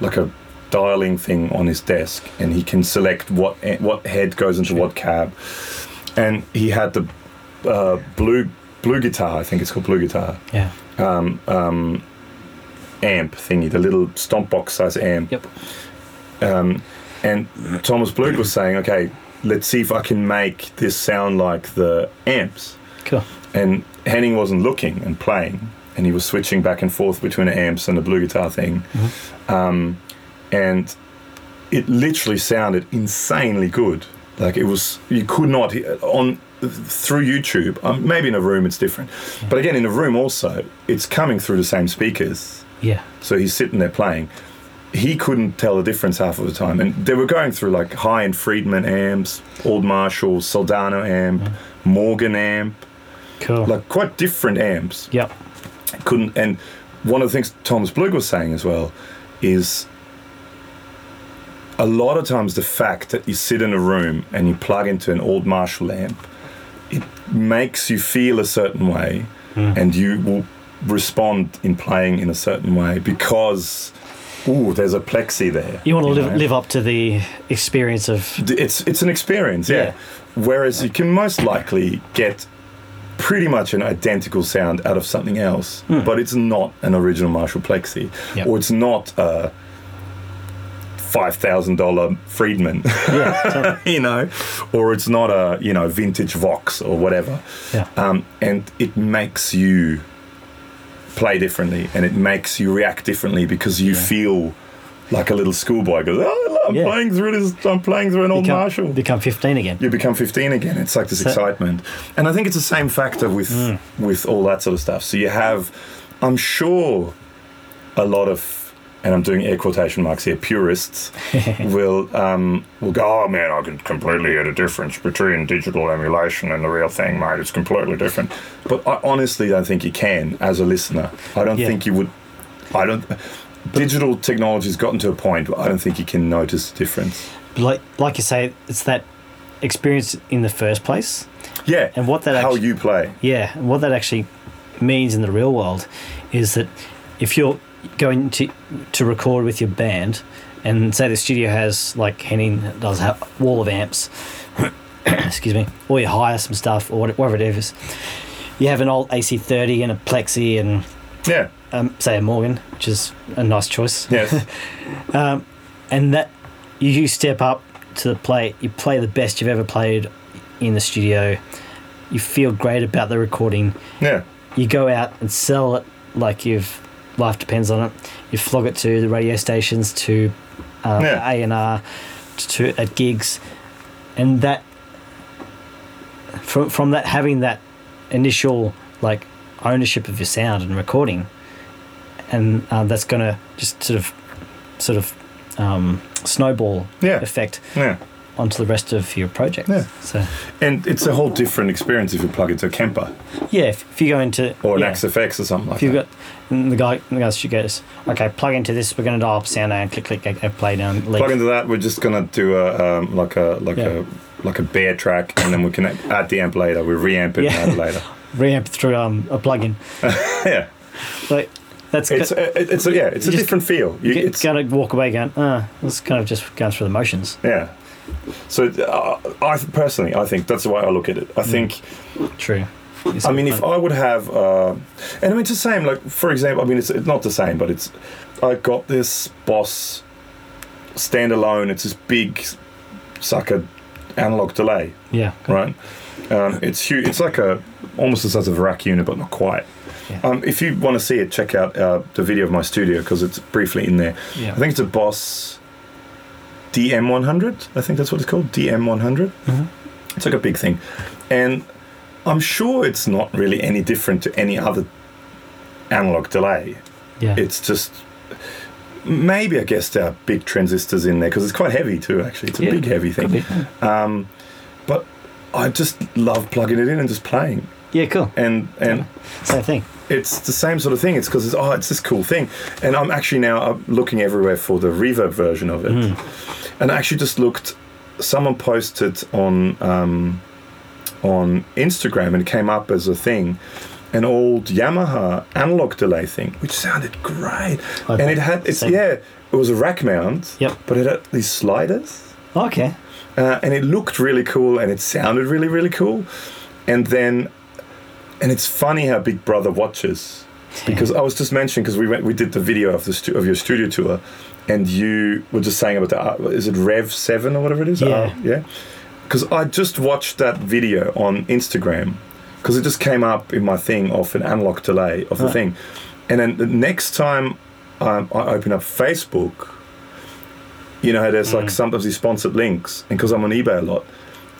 Speaker 1: like a dialing thing on his desk, and he can select what eh, what head goes into what cab, and he had the uh, blue blue guitar, I think it's called blue guitar
Speaker 2: Yeah,
Speaker 1: um, um, amp thingy, the little stomp box size amp.
Speaker 2: Yep.
Speaker 1: Um, and Thomas Blug was saying, okay, let's see if I can make this sound like the amps.
Speaker 2: cool.
Speaker 1: And Henning wasn't looking and playing, and he was switching back and forth between the amps and the blue guitar thing. Um, and it literally sounded insanely good. Like it was, you could not he- on through YouTube. Um, maybe in a room it's different, but again in a room also it's coming through the same speakers.
Speaker 2: Yeah,
Speaker 1: So he's sitting there playing. He couldn't tell the difference half of the time, and they were going through like high-end Friedman amps, Old Marshall, Soldano amp, Morgan amp,
Speaker 2: cool.
Speaker 1: like quite different amps
Speaker 2: yep.
Speaker 1: couldn't and one of the things Thomas Blug was saying as well is a lot of times the fact that you sit in a room and you plug into an old Marshall amp it makes you feel a certain way
Speaker 2: Hmm.
Speaker 1: and you will respond in playing in a certain way because ooh there's a plexi there
Speaker 2: You want to live,
Speaker 1: know?
Speaker 2: live up to the experience of
Speaker 1: D- it's it's an experience, yeah.
Speaker 2: Yeah.
Speaker 1: Whereas you can most likely get pretty much an identical sound out of something else,
Speaker 2: Hmm.
Speaker 1: but it's not an original Marshall Plexi,
Speaker 2: Yep.
Speaker 1: or it's not a five thousand dollar Friedman,
Speaker 2: yeah,
Speaker 1: <laughs>
Speaker 2: totally.
Speaker 1: you know, or it's not a you know vintage Vox or whatever,
Speaker 2: yeah,
Speaker 1: um, and it makes you play differently, and it makes you react differently because you feel. Like a little schoolboy goes, oh, I'm
Speaker 2: Yeah.
Speaker 1: playing through this. I'm playing through an old
Speaker 2: become,
Speaker 1: Marshall
Speaker 2: become fifteen again.
Speaker 1: you become 15 again. It's like this
Speaker 2: So-
Speaker 1: excitement, and I think it's the same factor with
Speaker 2: Hmm.
Speaker 1: with all that sort of stuff. So you have, I'm sure, a lot of, and I'm doing air quotation marks here,
Speaker 2: <laughs>
Speaker 1: purists will um, will go, oh man, I can completely hear the difference between digital emulation and the real thing, mate. It's completely different. But I honestly don't think you can as a listener. I don't
Speaker 2: Yeah.
Speaker 1: think you would. I don't. Digital technology's gotten to a point where I don't think you can notice the difference.
Speaker 2: Like, like you say, it's that experience in the first place.
Speaker 1: Yeah,
Speaker 2: And what that
Speaker 1: how
Speaker 2: actu-
Speaker 1: you play.
Speaker 2: Yeah, and what that actually means in the real world is that if you're going to to record with your band, and say the studio has like Henning does have a wall of amps, <coughs> excuse me, or you hire some stuff or what- whatever it is, you have an old AC30 and a Plexi and
Speaker 1: Yeah.
Speaker 2: um, say a Morgan, which is a nice choice. <laughs>
Speaker 1: Yes.
Speaker 2: and that you, you step up to the plate you play the best you've ever played in the studio you feel great about the recording
Speaker 1: Yeah.
Speaker 2: you go out and sell it like you've life depends on it you flog it to the radio stations to um,
Speaker 1: Yeah.
Speaker 2: a&r to, to at gigs and that from, from that having that initial like ownership of your sound and recording, and uh, that's going to just sort of sort of um, snowball
Speaker 1: Yeah.
Speaker 2: effect
Speaker 1: Yeah.
Speaker 2: onto the rest of your project.
Speaker 1: Yeah.
Speaker 2: So
Speaker 1: And it's a whole different experience if you plug into a Kemper
Speaker 2: yeah, if, if you go into
Speaker 1: or an
Speaker 2: yeah.
Speaker 1: XFX or something like
Speaker 2: If you've
Speaker 1: that.
Speaker 2: got and the guy, the guy, she goes, okay, plug into this. We're going to dial up sound and click, click, click, click, play down. Leave.
Speaker 1: plug into that, we're just gonna do a um, like a like
Speaker 2: Yeah.
Speaker 1: a like a bare track, and then we can add the amp later. We reamp it
Speaker 2: Yeah.
Speaker 1: and add it
Speaker 2: <laughs>
Speaker 1: later.
Speaker 2: reamp through um, a plugin.
Speaker 1: yeah,
Speaker 2: Like that's
Speaker 1: it's
Speaker 2: it's,
Speaker 1: a, it's a, yeah, it's a
Speaker 2: You just
Speaker 1: different feel. You, it's
Speaker 2: going to walk away going, uh, it's kind of just going through the motions.
Speaker 1: yeah. So uh, I personally, I think that's the way I look at it.
Speaker 2: Mm.
Speaker 1: I think
Speaker 2: True. It's
Speaker 1: I mean, if
Speaker 2: fun.
Speaker 1: I would have, uh, and I mean, it's the same. Like, for example, I mean, it's it's not the same, but it's. I got this Boss standalone. It's this big sucker analog delay,
Speaker 2: yeah,
Speaker 1: right? Um, it's huge. It's like a almost the size of a rack unit, but not quite.
Speaker 2: Yeah.
Speaker 1: Um, if you want to see it, check out uh, the video of my studio because it's briefly in there.
Speaker 2: yeah.
Speaker 1: I think it's a Boss DM100. I think that's what it's called, DM100.
Speaker 2: Mhm.
Speaker 1: It's like a big thing. And I'm sure it's not really any different to any other analog delay.
Speaker 2: yeah,
Speaker 1: It's just maybe I guess there are big transistors in there because it's quite heavy too. Actually, it's a
Speaker 2: Yeah,
Speaker 1: big heavy
Speaker 2: Could
Speaker 1: thing.
Speaker 2: be.
Speaker 1: Um, but I just love plugging it in and just playing.
Speaker 2: yeah, cool.
Speaker 1: And and
Speaker 2: Same thing.
Speaker 1: it's the same sort of thing. It's because it's oh, it's this cool thing, and I'm actually now uh, looking everywhere for the reverb version of it,
Speaker 2: Hmm.
Speaker 1: and I actually just looked. Someone posted on um, on Instagram and it came up as a thing, an old Yamaha analog delay thing, which sounded great,
Speaker 2: I
Speaker 1: and it had it's
Speaker 2: same.
Speaker 1: yeah, it was a rack mount,
Speaker 2: Yep.
Speaker 1: but it had these sliders
Speaker 2: Okay.
Speaker 1: uh, and it looked really cool and it sounded really really cool and then and it's funny how big brother watches because i was just mentioning because we went we did the video of the stu- of your studio tour and you were just saying about the art is it rev 7 or whatever it is
Speaker 2: Yeah.
Speaker 1: Uh, yeah because i just watched that video on instagram because it just came up in my thing of an analog delay of the
Speaker 2: Right.
Speaker 1: thing and then the next time um, I open up Facebook, you know how there's like sometimes these sponsored links, and because I'm on eBay a lot,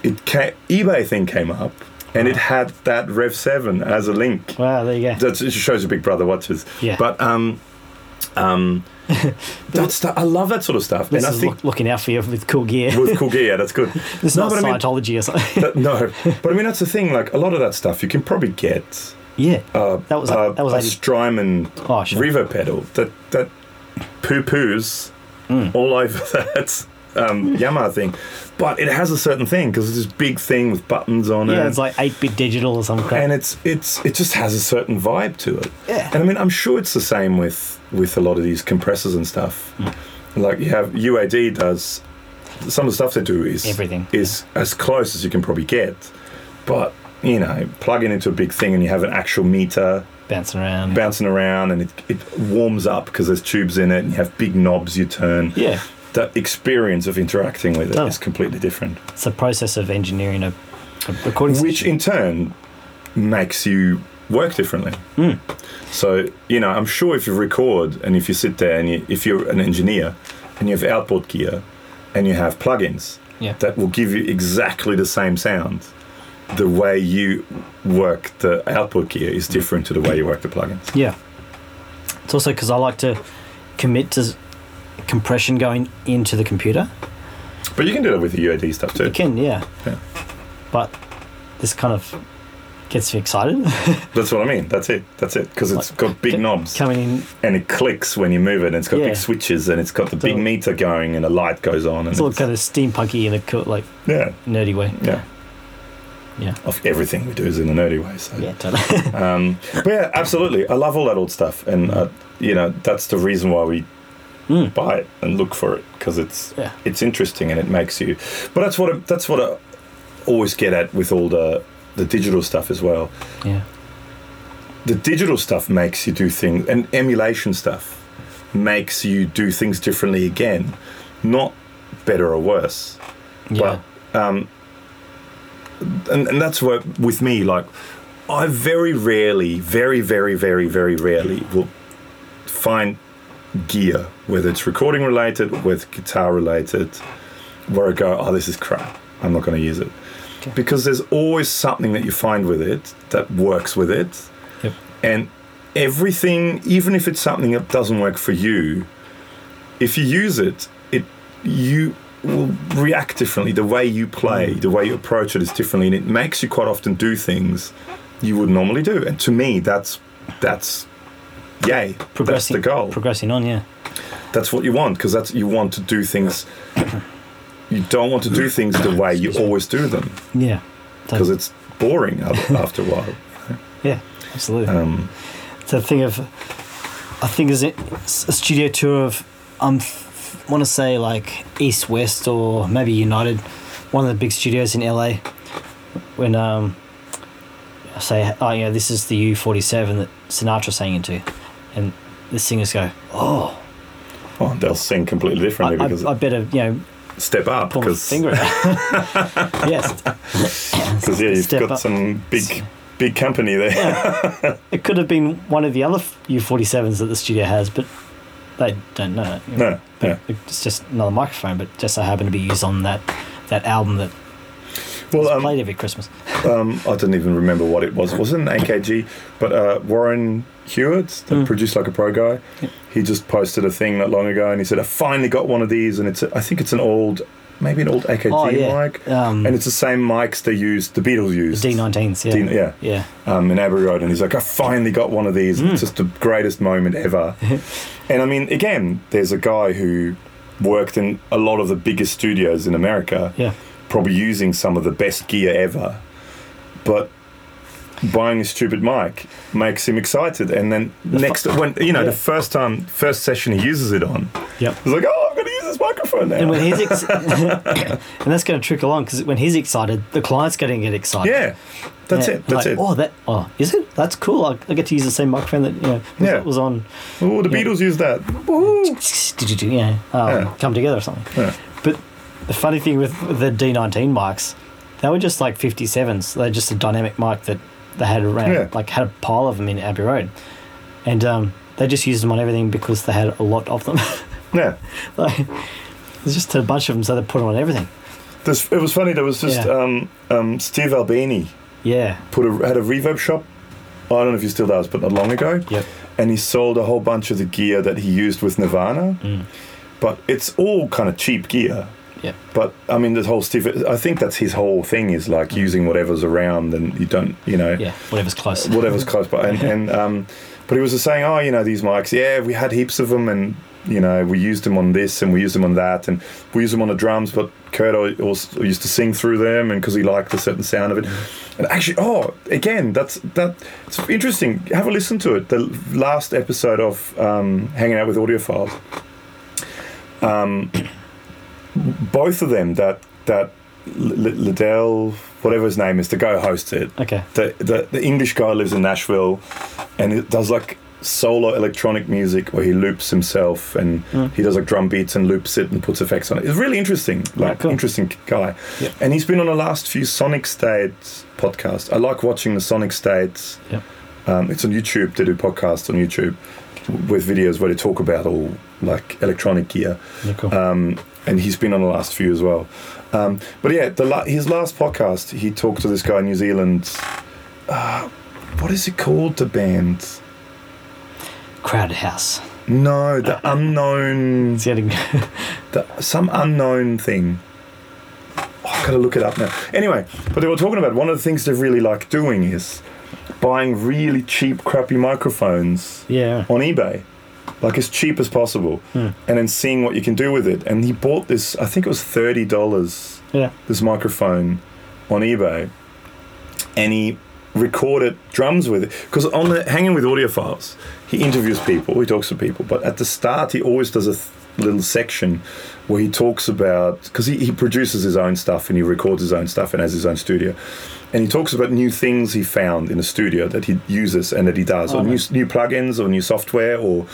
Speaker 1: it ca eBay thing came up, and it had that Rev Seven as a link.
Speaker 2: Wow, there you go.
Speaker 1: That just shows your Big Brother watches.
Speaker 2: Yeah.
Speaker 1: But um,
Speaker 2: <laughs>
Speaker 1: um, that stuff I love that sort of stuff,
Speaker 2: This
Speaker 1: and I
Speaker 2: is
Speaker 1: think
Speaker 2: look, looking out for you with cool <laughs> gear.
Speaker 1: with cool gear, yeah, that's good.
Speaker 2: It's
Speaker 1: No,
Speaker 2: not
Speaker 1: but I mean-
Speaker 2: Scientology or something. <laughs>
Speaker 1: That- no, but I mean that's the thing. Like a lot of that stuff, you can probably get.
Speaker 2: yeah.
Speaker 1: Uh,
Speaker 2: That was-
Speaker 1: uh,
Speaker 2: that was
Speaker 1: a
Speaker 2: 80.
Speaker 1: Strymon
Speaker 2: Oh, sure.
Speaker 1: reverb pedal that that poo poos
Speaker 2: Hmm.
Speaker 1: all <laughs> over that um, Yamaha thing, but it has a certain thing because it's this big thing with buttons on
Speaker 2: yeah,
Speaker 1: it,
Speaker 2: it's like 8 bit digital or something.
Speaker 1: and it's it's it just has a certain vibe to it.
Speaker 2: Yeah.
Speaker 1: and I mean I'm sure it's the same with with a lot of these compressors and stuff.
Speaker 2: Hmm.
Speaker 1: Like you have UAD does some of the stuff they do is
Speaker 2: Everything.
Speaker 1: is as close as you can probably get, but you know plugging into a big thing and you have an actual meter
Speaker 2: Bouncing around.
Speaker 1: bouncing around and it, it warms up because there's tubes in it and you have big knobs you turn.
Speaker 2: yeah.
Speaker 1: That experience of interacting with it is
Speaker 2: Oh.
Speaker 1: completely different,
Speaker 2: It's a process of engineering a, a recording
Speaker 1: which
Speaker 2: session.
Speaker 1: in turn makes you work differently. So, you know, I'm sure if you record and if you sit there and you, if you're an engineer and you have output gear and you have plugins
Speaker 2: Yeah.
Speaker 1: that will give you exactly the same sound, the way you work the output gear is different to the way you work the plugins.
Speaker 2: Yeah. It's also because I like to commit to s- compression going into the computer.
Speaker 1: But you can do that with the UAD stuff too.
Speaker 2: You can, yeah.
Speaker 1: Yeah.
Speaker 2: But this kind of gets
Speaker 1: <laughs>
Speaker 2: me excited
Speaker 1: That's what I mean. That's it. That's it. Because it's got big
Speaker 2: c-
Speaker 1: knobs
Speaker 2: coming in.
Speaker 1: and it clicks when you move it. And it's got
Speaker 2: Yeah.
Speaker 1: big switches and it's got the big
Speaker 2: all-
Speaker 1: meter going and a light goes on. And
Speaker 2: It's all kind of steampunky in a cool, like
Speaker 1: yeah,
Speaker 2: nerdy way.
Speaker 1: yeah.
Speaker 2: Yeah.
Speaker 1: Of everything we do is in a nerdy way. So.
Speaker 2: Yeah, Mm. totally. <laughs>
Speaker 1: Um, but yeah, absolutely. I love all that old stuff, and uh, you know that's the reason why we
Speaker 2: Mm.
Speaker 1: buy it and look for it because it's
Speaker 2: Yeah.
Speaker 1: it's interesting and it makes you. But that's what I, that's what I always get at with all the the digital stuff as well.
Speaker 2: yeah.
Speaker 1: the digital stuff makes you do things and emulation stuff makes you do things differently again not better or worse
Speaker 2: Yeah.
Speaker 1: but um and, and that's what with me like i very rarely very very very very rarely will find gear whether it's recording related whether it's guitar related where i go oh this is crap i'm not going to use it
Speaker 2: Okay.
Speaker 1: because there's always something that you find with it that works with it.
Speaker 2: Yep.
Speaker 1: And everything, even if it's something that doesn't work for you, if you use it, it you will react differently. The way you play, the way you approach it is differently, and it makes you quite often do things you would normally do. And to me, that's that's yay. That's
Speaker 2: Progressing.
Speaker 1: the goal
Speaker 2: Progressing on, yeah.
Speaker 1: that's what you want because that's you want to do things you don't want to do things the way you always do them
Speaker 2: Yeah.
Speaker 1: because it's boring af- after a while
Speaker 2: Yeah, absolutely.
Speaker 1: um,
Speaker 2: It's a thing of, I think is it s- a studio tour of I'm want to say like East West or maybe United, one of the big studios in LA. When um, I say oh yeah, this is the U forty seven that Sinatra sang into, and the singers go oh
Speaker 1: <laughs> well, they'll sing completely
Speaker 2: I,
Speaker 1: differently
Speaker 2: I,
Speaker 1: because
Speaker 2: I better you know
Speaker 1: step up
Speaker 2: pull my
Speaker 1: because <laughs>
Speaker 2: finger out. yes,
Speaker 1: yeah you've
Speaker 2: Step
Speaker 1: got
Speaker 2: up.
Speaker 1: some big big company there
Speaker 2: it could have been one of the other U forty sevens that the studio has, but they don't know it. you know.
Speaker 1: no <laughs> yeah.
Speaker 2: It's just another microphone, but just so happened to be used on that that album that
Speaker 1: well
Speaker 2: is
Speaker 1: um,
Speaker 2: played every Christmas.
Speaker 1: um, I didn't even remember what it was. It wasn't an AKG, but uh, Warren Hewitt, the
Speaker 2: Mm.
Speaker 1: produced like a pro guy, he just posted a thing not long ago, and he said, "I finally got one of these, and it's a, I think it's an old, maybe an old AKG
Speaker 2: Oh, yeah.
Speaker 1: mic,
Speaker 2: Um,
Speaker 1: and it's the same mics they used, the Beatles
Speaker 2: the
Speaker 1: used,
Speaker 2: D19s, yeah.
Speaker 1: D- yeah,
Speaker 2: yeah.
Speaker 1: um, in Abbey Road, and he's like, "I finally got one of these.
Speaker 2: Hmm.
Speaker 1: It's just the greatest moment
Speaker 2: <laughs>
Speaker 1: ever." and I mean, again, there's a guy who worked in a lot of the biggest studios in America,
Speaker 2: Yeah.
Speaker 1: probably using some of the best gear ever, but buying a stupid mic makes him excited. And then next, when you know,
Speaker 2: yeah.
Speaker 1: the first time, first session he uses it on,
Speaker 2: Yep.
Speaker 1: he's like, "Oh, I'm going to use this microphone now."
Speaker 2: And when he's ex- <coughs> and that's going to trickle on because when he's excited, the client's going to get excited.
Speaker 1: yeah, that's
Speaker 2: Yeah,
Speaker 1: it. That's
Speaker 2: like,
Speaker 1: it.
Speaker 2: Oh, that oh, is it? That's cool. I, I get to use the same microphone that you know, was,
Speaker 1: Yeah.
Speaker 2: was on.
Speaker 1: Oh, the
Speaker 2: yeah.
Speaker 1: Beatles used that. Woohoo.
Speaker 2: yeah, um,
Speaker 1: Yeah.
Speaker 2: come together or something.
Speaker 1: Yeah.
Speaker 2: But the funny thing with the D19 mics, they were just like 57s. They're just a dynamic mic that they had around,
Speaker 1: Yeah.
Speaker 2: like had a pile of them in Abbey Road, and um, they just used them on everything because they had a lot of them. <laughs>
Speaker 1: Yeah.
Speaker 2: like, there's just a bunch of them, so they put them on everything.
Speaker 1: This, it was funny. There was just
Speaker 2: Yeah.
Speaker 1: um, um, Steve Albini
Speaker 2: Yeah.
Speaker 1: put a, had a reverb shop. I don't know if he still does, but not long ago.
Speaker 2: Yep.
Speaker 1: And he sold a whole bunch of the gear that he used with Nirvana. But it's all kind of cheap gear.
Speaker 2: Mm. Yep.
Speaker 1: But I mean, this whole Steve. I think that's his whole thing is like using whatever's around, and you don't, you know,
Speaker 2: Yeah. Whatever's close.
Speaker 1: whatever's close by. And, and um, but he was just saying, oh, you know, these mics. Yeah, we had heaps of them, and you know, we used them on this, and we used them on that, and we used them on the drums. But Kurt al- also used to sing through them, and because he liked a certain sound of it. And actually, oh, again, that's that. It's interesting. Have a listen to it. The last episode of um, Hanging Out with Audiophiles. Um, both of them that that L- L- Liddell, whatever his name is, the guy who hosts it
Speaker 2: Okay.
Speaker 1: the, the the English guy lives in Nashville, and he does like solo electronic music where he loops himself and
Speaker 2: Mm.
Speaker 1: he does like drum beats and loops it and puts effects on it. It's really interesting, like
Speaker 2: Yeah, cool.
Speaker 1: interesting guy.
Speaker 2: Yeah.
Speaker 1: And he's been on the last few Sonic States podcast. I like watching the Sonic States.
Speaker 2: Yep.
Speaker 1: Um, it's on YouTube. They do podcasts on YouTube with videos where they talk about all like electronic gear
Speaker 2: Yeah, cool.
Speaker 1: um, and he's been on the last few as well. Um, but yeah, the la- his last podcast, he talked to this guy in New Zealand. Uh, what is it called? The band?
Speaker 2: Crowded house.
Speaker 1: No, the unknown,
Speaker 2: It's getting. <laughs>
Speaker 1: the, some unknown thing. Oh, I've got to look it up now. Anyway, but they were talking about one of the things they really like doing is buying really cheap, crappy microphones
Speaker 2: yeah.
Speaker 1: on eBay, like as cheap as possible,
Speaker 2: Hmm.
Speaker 1: and then seeing what you can do with it. And he bought this, I think it was thirty dollars.
Speaker 2: Yeah.
Speaker 1: This microphone on eBay, and he recorded drums with it because on the hanging with audiophiles, he interviews people, he talks to people, but at the start he always does a th- little section where he talks about because he, he produces his own stuff and he records his own stuff and has his own studio and he talks about new things he found in a studio that he uses and that he does, or new, new plugins, or new software, or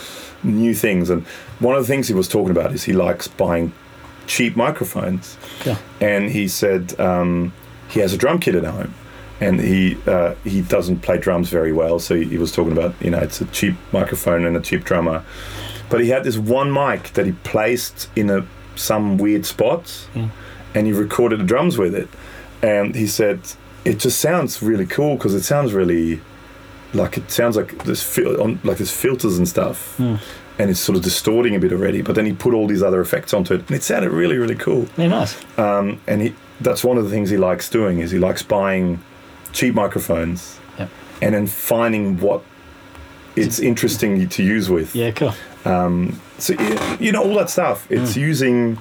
Speaker 1: new things. And one of the things he was talking about is he likes buying cheap microphones.
Speaker 2: Yeah.
Speaker 1: And he said um, he has a drum kit at home, and he uh, he doesn't play drums very well, so he, he was talking about you know it's a cheap microphone and a cheap drummer, but he had this one mic that he placed in a some weird spot,
Speaker 2: Yeah.
Speaker 1: and he recorded the drums with it. and he said it just sounds really cool because it sounds really like it sounds like there's fil- on, like there's filters and stuff,
Speaker 2: Hmm.
Speaker 1: and it's sort of distorting a bit already. But then he put all these other effects onto it, and it sounded really really cool.
Speaker 2: Yeah, nice.
Speaker 1: Um, and he, that's one of the things he likes doing is he likes buying cheap microphones,
Speaker 2: Yep.
Speaker 1: and then finding what it's interesting to use with.
Speaker 2: Yeah, cool.
Speaker 1: Um, so y- you know all that stuff. It's
Speaker 2: Mm.
Speaker 1: using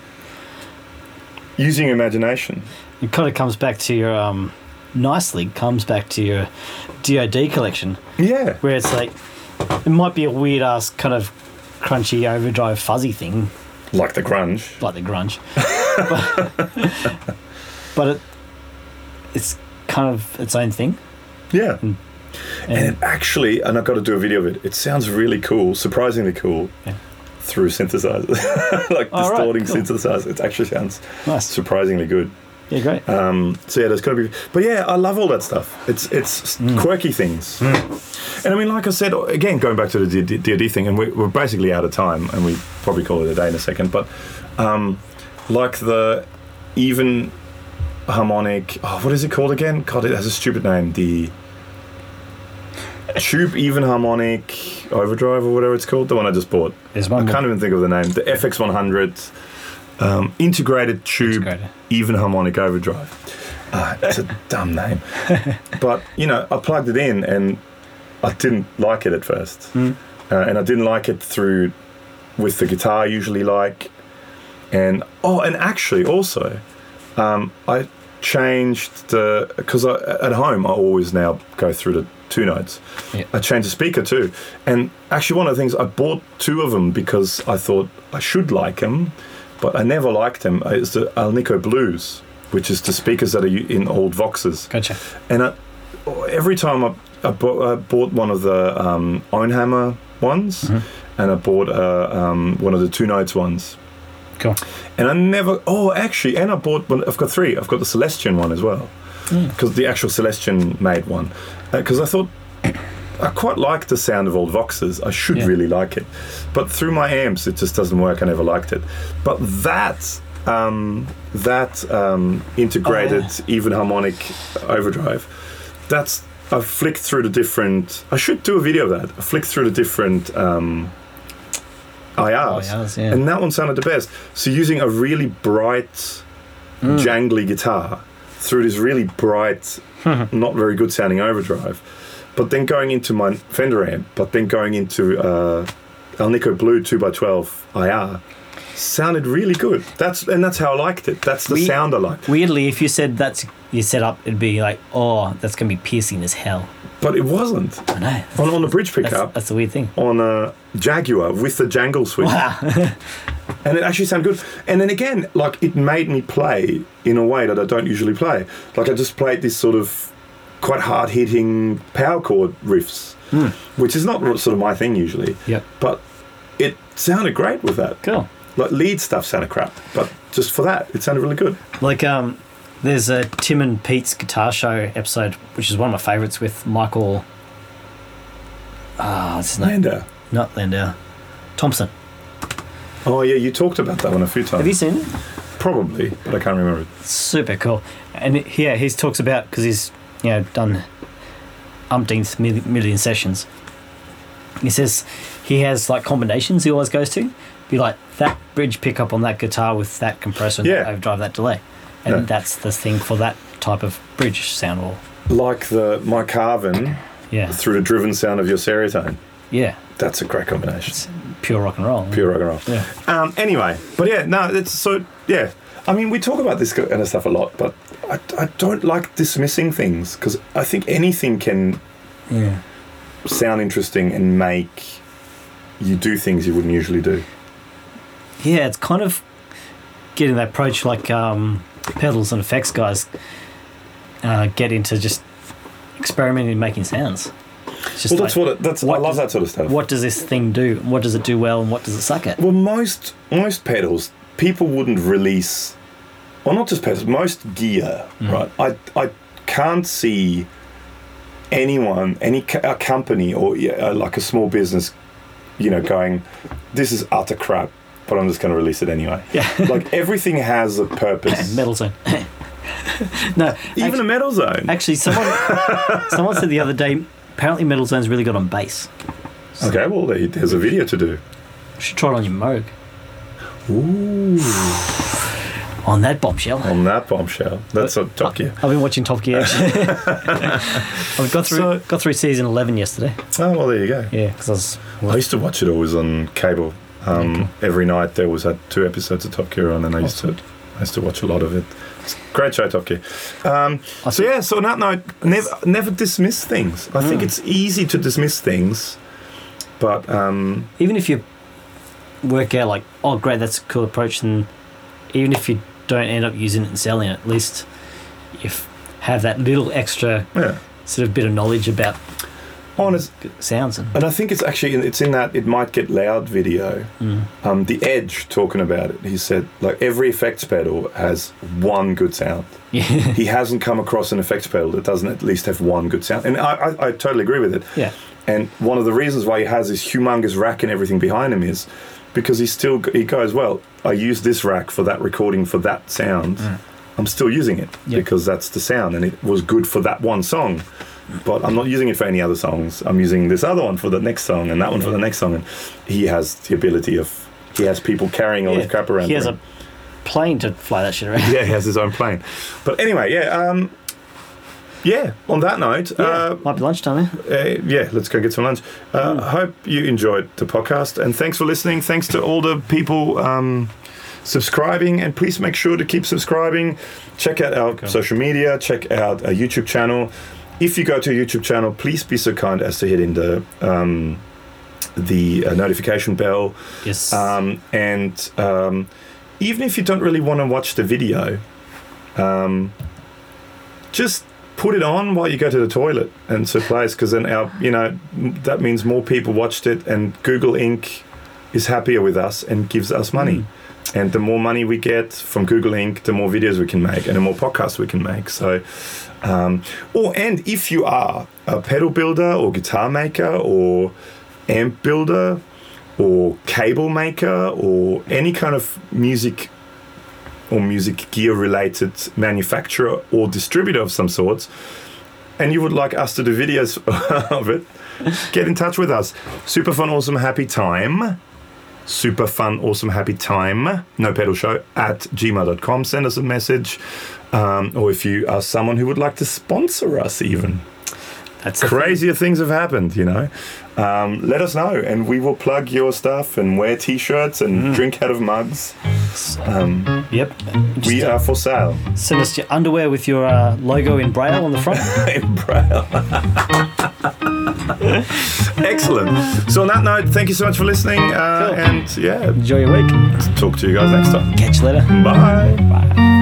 Speaker 1: using imagination.
Speaker 2: It kind of comes back to your um, nicely comes back to your DoD collection,
Speaker 1: Yeah,
Speaker 2: where it's like it might be a weird ass kind of crunchy overdrive fuzzy thing
Speaker 1: like the grunge.
Speaker 2: like the <laughs> grunge, but, but it it's kind of its own thing.
Speaker 1: Yeah.
Speaker 2: Mm.
Speaker 1: And
Speaker 2: And
Speaker 1: it actually, and I've got to do a video of it. It sounds really cool, surprisingly cool,
Speaker 2: Yeah.
Speaker 1: through synthesizers, <laughs> like
Speaker 2: All right,
Speaker 1: distorting
Speaker 2: cool.
Speaker 1: synthesizers. It actually sounds
Speaker 2: nice,
Speaker 1: surprisingly good.
Speaker 2: yeah, great.
Speaker 1: Um, so yeah, there's got to be. But yeah, I love all that stuff. It's it's
Speaker 2: Mm.
Speaker 1: quirky things. And I mean, like I said again, going back to the D- D- DoD thing, and we, we're basically out of time, and we probably call it a day in a second. But um, like the even harmonic, oh, what is it called again? God, it has a stupid name. The tube even harmonic overdrive or whatever it's called, the one I just bought.
Speaker 2: There's
Speaker 1: I
Speaker 2: one
Speaker 1: can't
Speaker 2: more
Speaker 1: even think of the name. The FX100 um, integrated tube
Speaker 2: integrator.
Speaker 1: even harmonic overdrive. Uh, it's a dumb name. But, you know, I plugged it in and I didn't like it at first.
Speaker 2: Mm.
Speaker 1: Uh, and I didn't like it through with the guitar, I usually like. And, oh, and actually, also, um, I changed the, because at home I always now go through the two notes.
Speaker 2: Yeah.
Speaker 1: I changed the speaker too. And actually, one of the things I bought two of them because I thought I should like them but I never liked them. It's the Alnico Blues, which is the speakers that are u- in old Voxes.
Speaker 2: Gotcha.
Speaker 1: And I, every time I, I, bought, I bought one of the um, Ownhammer ones,
Speaker 2: Mhm.
Speaker 1: and I bought uh, um, one of the Two Notes ones.
Speaker 2: Cool.
Speaker 1: And I never. Oh, actually, and I bought. One, I've got three. I've got the Celestian one as well,
Speaker 2: Mm.
Speaker 1: because the actual Celestian made one. Because I thought I quite like the sound of old Voxes. I should
Speaker 2: Yeah.
Speaker 1: really like it, but through my amps, it just doesn't work. I never liked it. But that um, that um, integrated even harmonic overdrive. That's I flicked through the different. I should do a video of that. I flicked through the different um,
Speaker 2: Oh,
Speaker 1: IRs.
Speaker 2: yeah, that's- yeah.
Speaker 1: And that one sounded the best. So using a really bright,
Speaker 2: Mm.
Speaker 1: jangly guitar through this really
Speaker 2: <laughs>
Speaker 1: bright, not very good sounding overdrive, but then going into my Fender amp, but then going into uh, Alnico Blue 2x12 IR sounded really good. That's and that's how I liked it. That's the
Speaker 2: We-
Speaker 1: sound I liked.
Speaker 2: Weirdly, if you said that's your setup, it'd be like, oh, that's gonna be piercing as hell.
Speaker 1: But it wasn't
Speaker 2: I know.
Speaker 1: on on the bridge
Speaker 2: That's,
Speaker 1: pickup.
Speaker 2: that's the weird <laughs> thing.
Speaker 1: on a Jaguar with the jangle switch.
Speaker 2: <laughs>
Speaker 1: and it actually sounded good. And then again, like it made me play in a way that I don't usually play. Like I just played this sort of quite hard hitting power chord riffs,
Speaker 2: Hmm.
Speaker 1: which is not r- sort of my thing usually.
Speaker 2: Yep.
Speaker 1: But it sounded great with that.
Speaker 2: Cool.
Speaker 1: Like lead stuff sounded crap, but just for that, it sounded really good.
Speaker 2: Like, um, there's a Tim and Pete's guitar show episode, which is one of my favorites with Michael. Ah, it's not,
Speaker 1: Lander.
Speaker 2: not Landau. Thompson.
Speaker 1: Oh yeah, you talked about that one a few times.
Speaker 2: Have you seen it?
Speaker 1: Probably, but I can't remember it.
Speaker 2: Super cool. And it- yeah, he talks about because he's you know done umpteenth mil- million sessions. He says he has like combinations he always goes to, be like that bridge pickup on that guitar with that compressor and that
Speaker 1: Yeah.
Speaker 2: overdrive that delay, and
Speaker 1: Yeah.
Speaker 2: that's the thing for that type of bridge sound wall.
Speaker 1: Like the Mike Harvin
Speaker 2: Yeah,
Speaker 1: through the driven sound of your serotonin.
Speaker 2: yeah,
Speaker 1: That's a great combination.
Speaker 2: it's pure rock and roll.
Speaker 1: pure rock and roll.
Speaker 2: Yeah.
Speaker 1: Um, anyway, but yeah, no, it's so yeah. I mean, we talk about this kind of stuff a lot, but I, I don't like dismissing things because I think anything can
Speaker 2: Yeah.
Speaker 1: sound interesting and make you do things you wouldn't usually do.
Speaker 2: Yeah, it's kind of getting that approach like um, pedals and effects guys uh, get into just experimenting and making sounds. It's just
Speaker 1: well, that's
Speaker 2: like,
Speaker 1: what it, that's.
Speaker 2: what
Speaker 1: I love
Speaker 2: does-
Speaker 1: that sort of stuff.
Speaker 2: what does this thing do? What does it do well and what does it suck at?
Speaker 1: Well, most most pedals, people wouldn't release, well, not just pedals, most gear, right? I I can't see anyone, any co- a company or yeah, uh, like a small business, you know, going, this is utter crap, <laughs>
Speaker 2: <laughs>
Speaker 1: but I'm just going to release it anyway.
Speaker 2: Yeah.
Speaker 1: like everything has a purpose.
Speaker 2: Metal zone. <laughs> No,
Speaker 1: Even
Speaker 2: actually,
Speaker 1: a metal zone.
Speaker 2: actually, someone someone said the other day. Apparently, Metal Zone's really good on bass.
Speaker 1: Okay, well, there- there's a video to do.
Speaker 2: You should try it on your Moog.
Speaker 1: Ooh.
Speaker 2: On that bombshell.
Speaker 1: On that bombshell. That's a top gear.
Speaker 2: I've been watching
Speaker 1: <laughs>
Speaker 2: Top Gear. actually. <laughs> I've got through
Speaker 1: So-
Speaker 2: got through season eleven yesterday.
Speaker 1: Oh, well, there you go.
Speaker 2: Yeah, because I was
Speaker 1: I used to watch it always on cable. Um, Every night there was uh, two episodes of Top Gear on, and I used to, I used to watch a lot of it. It's a great show, Top Gear. Um,
Speaker 2: I
Speaker 1: so yeah, so on that note, never, never dismiss things. I think it's easy to dismiss things, but um,
Speaker 2: even if you work out like, oh great, that's a cool approach, and even if you don't end up using it and selling it, at least you f- have that little extra
Speaker 1: yeah,
Speaker 2: sort of bit of knowledge about
Speaker 1: honest.
Speaker 2: sounds and
Speaker 1: And I think it's actually it's in that it might get loud video.
Speaker 2: mm, <laughs>
Speaker 1: Um, the Edge talking about it, he said like every effects pedal has one good sound. <laughs>
Speaker 2: yeah,
Speaker 1: he hasn't come across an effects pedal that doesn't at least have one good sound. And I, I, I totally agree with it.
Speaker 2: yeah,
Speaker 1: And one of the reasons why he has this humongous rack and everything behind him is because he still he goes, well, I use this rack for that recording for that sound. I'm still using it
Speaker 2: Mm. Yeah.
Speaker 1: because that's the sound, and it was good for that one song. But I'm not using it for any other songs. I'm using this other one for the next song, and that one for the next song. And he has the ability of he has people carrying all
Speaker 2: yeah.
Speaker 1: his crap around.
Speaker 2: He has
Speaker 1: for him
Speaker 2: a plane to fly that shit around.
Speaker 1: <laughs> yeah, he has his own plane. But anyway, yeah, um, yeah. On that note,
Speaker 2: Yeah,
Speaker 1: uh,
Speaker 2: <laughs> might be lunchtime. Eh?
Speaker 1: uh, yeah, let's go get some lunch. Uh, Hope you enjoyed the podcast, and thanks for listening. Thanks to all the people um, subscribing, and please make sure to keep subscribing. Check out our social media. Check out our YouTube channel. If you go to a YouTube channel, please be so kind as to hit in the um, the uh, notification bell.
Speaker 2: Yes.
Speaker 1: Um, and um, even if you don't really want to watch the video, um, just put it on while you go to the toilet and so plays because then our you know m- that means more people watched it and Google Inc. is happier with us and gives us money. And the more money we get from Google Inc., the more videos we can make and the more podcasts we can make. So, um, or and if you are a pedal builder or guitar maker or amp builder or cable maker or any kind of music or music gear related manufacturer or distributor of some sorts and you would like us to do videos <laughs> of it get in touch with us super fun awesome happy time super fun awesome happy time no pedal show at gmail.com send us a message um, or if you are someone who would like to sponsor us even
Speaker 2: That's the thing.
Speaker 1: crazier things have happened, you know. Um, let us know, and we will plug your stuff and wear T-shirts and drink out of mugs. Um,
Speaker 2: Yep. Just
Speaker 1: we are for <laughs> sale.
Speaker 2: send us your underwear with your uh, logo in braille on the front.
Speaker 1: In braille. <laughs> Excellent. So on that note, thank you so much for listening, uh,
Speaker 2: Cool.
Speaker 1: and yeah,
Speaker 2: Enjoy your week.
Speaker 1: talk to you guys next time.
Speaker 2: Catch you later.
Speaker 1: Bye.
Speaker 2: Bye.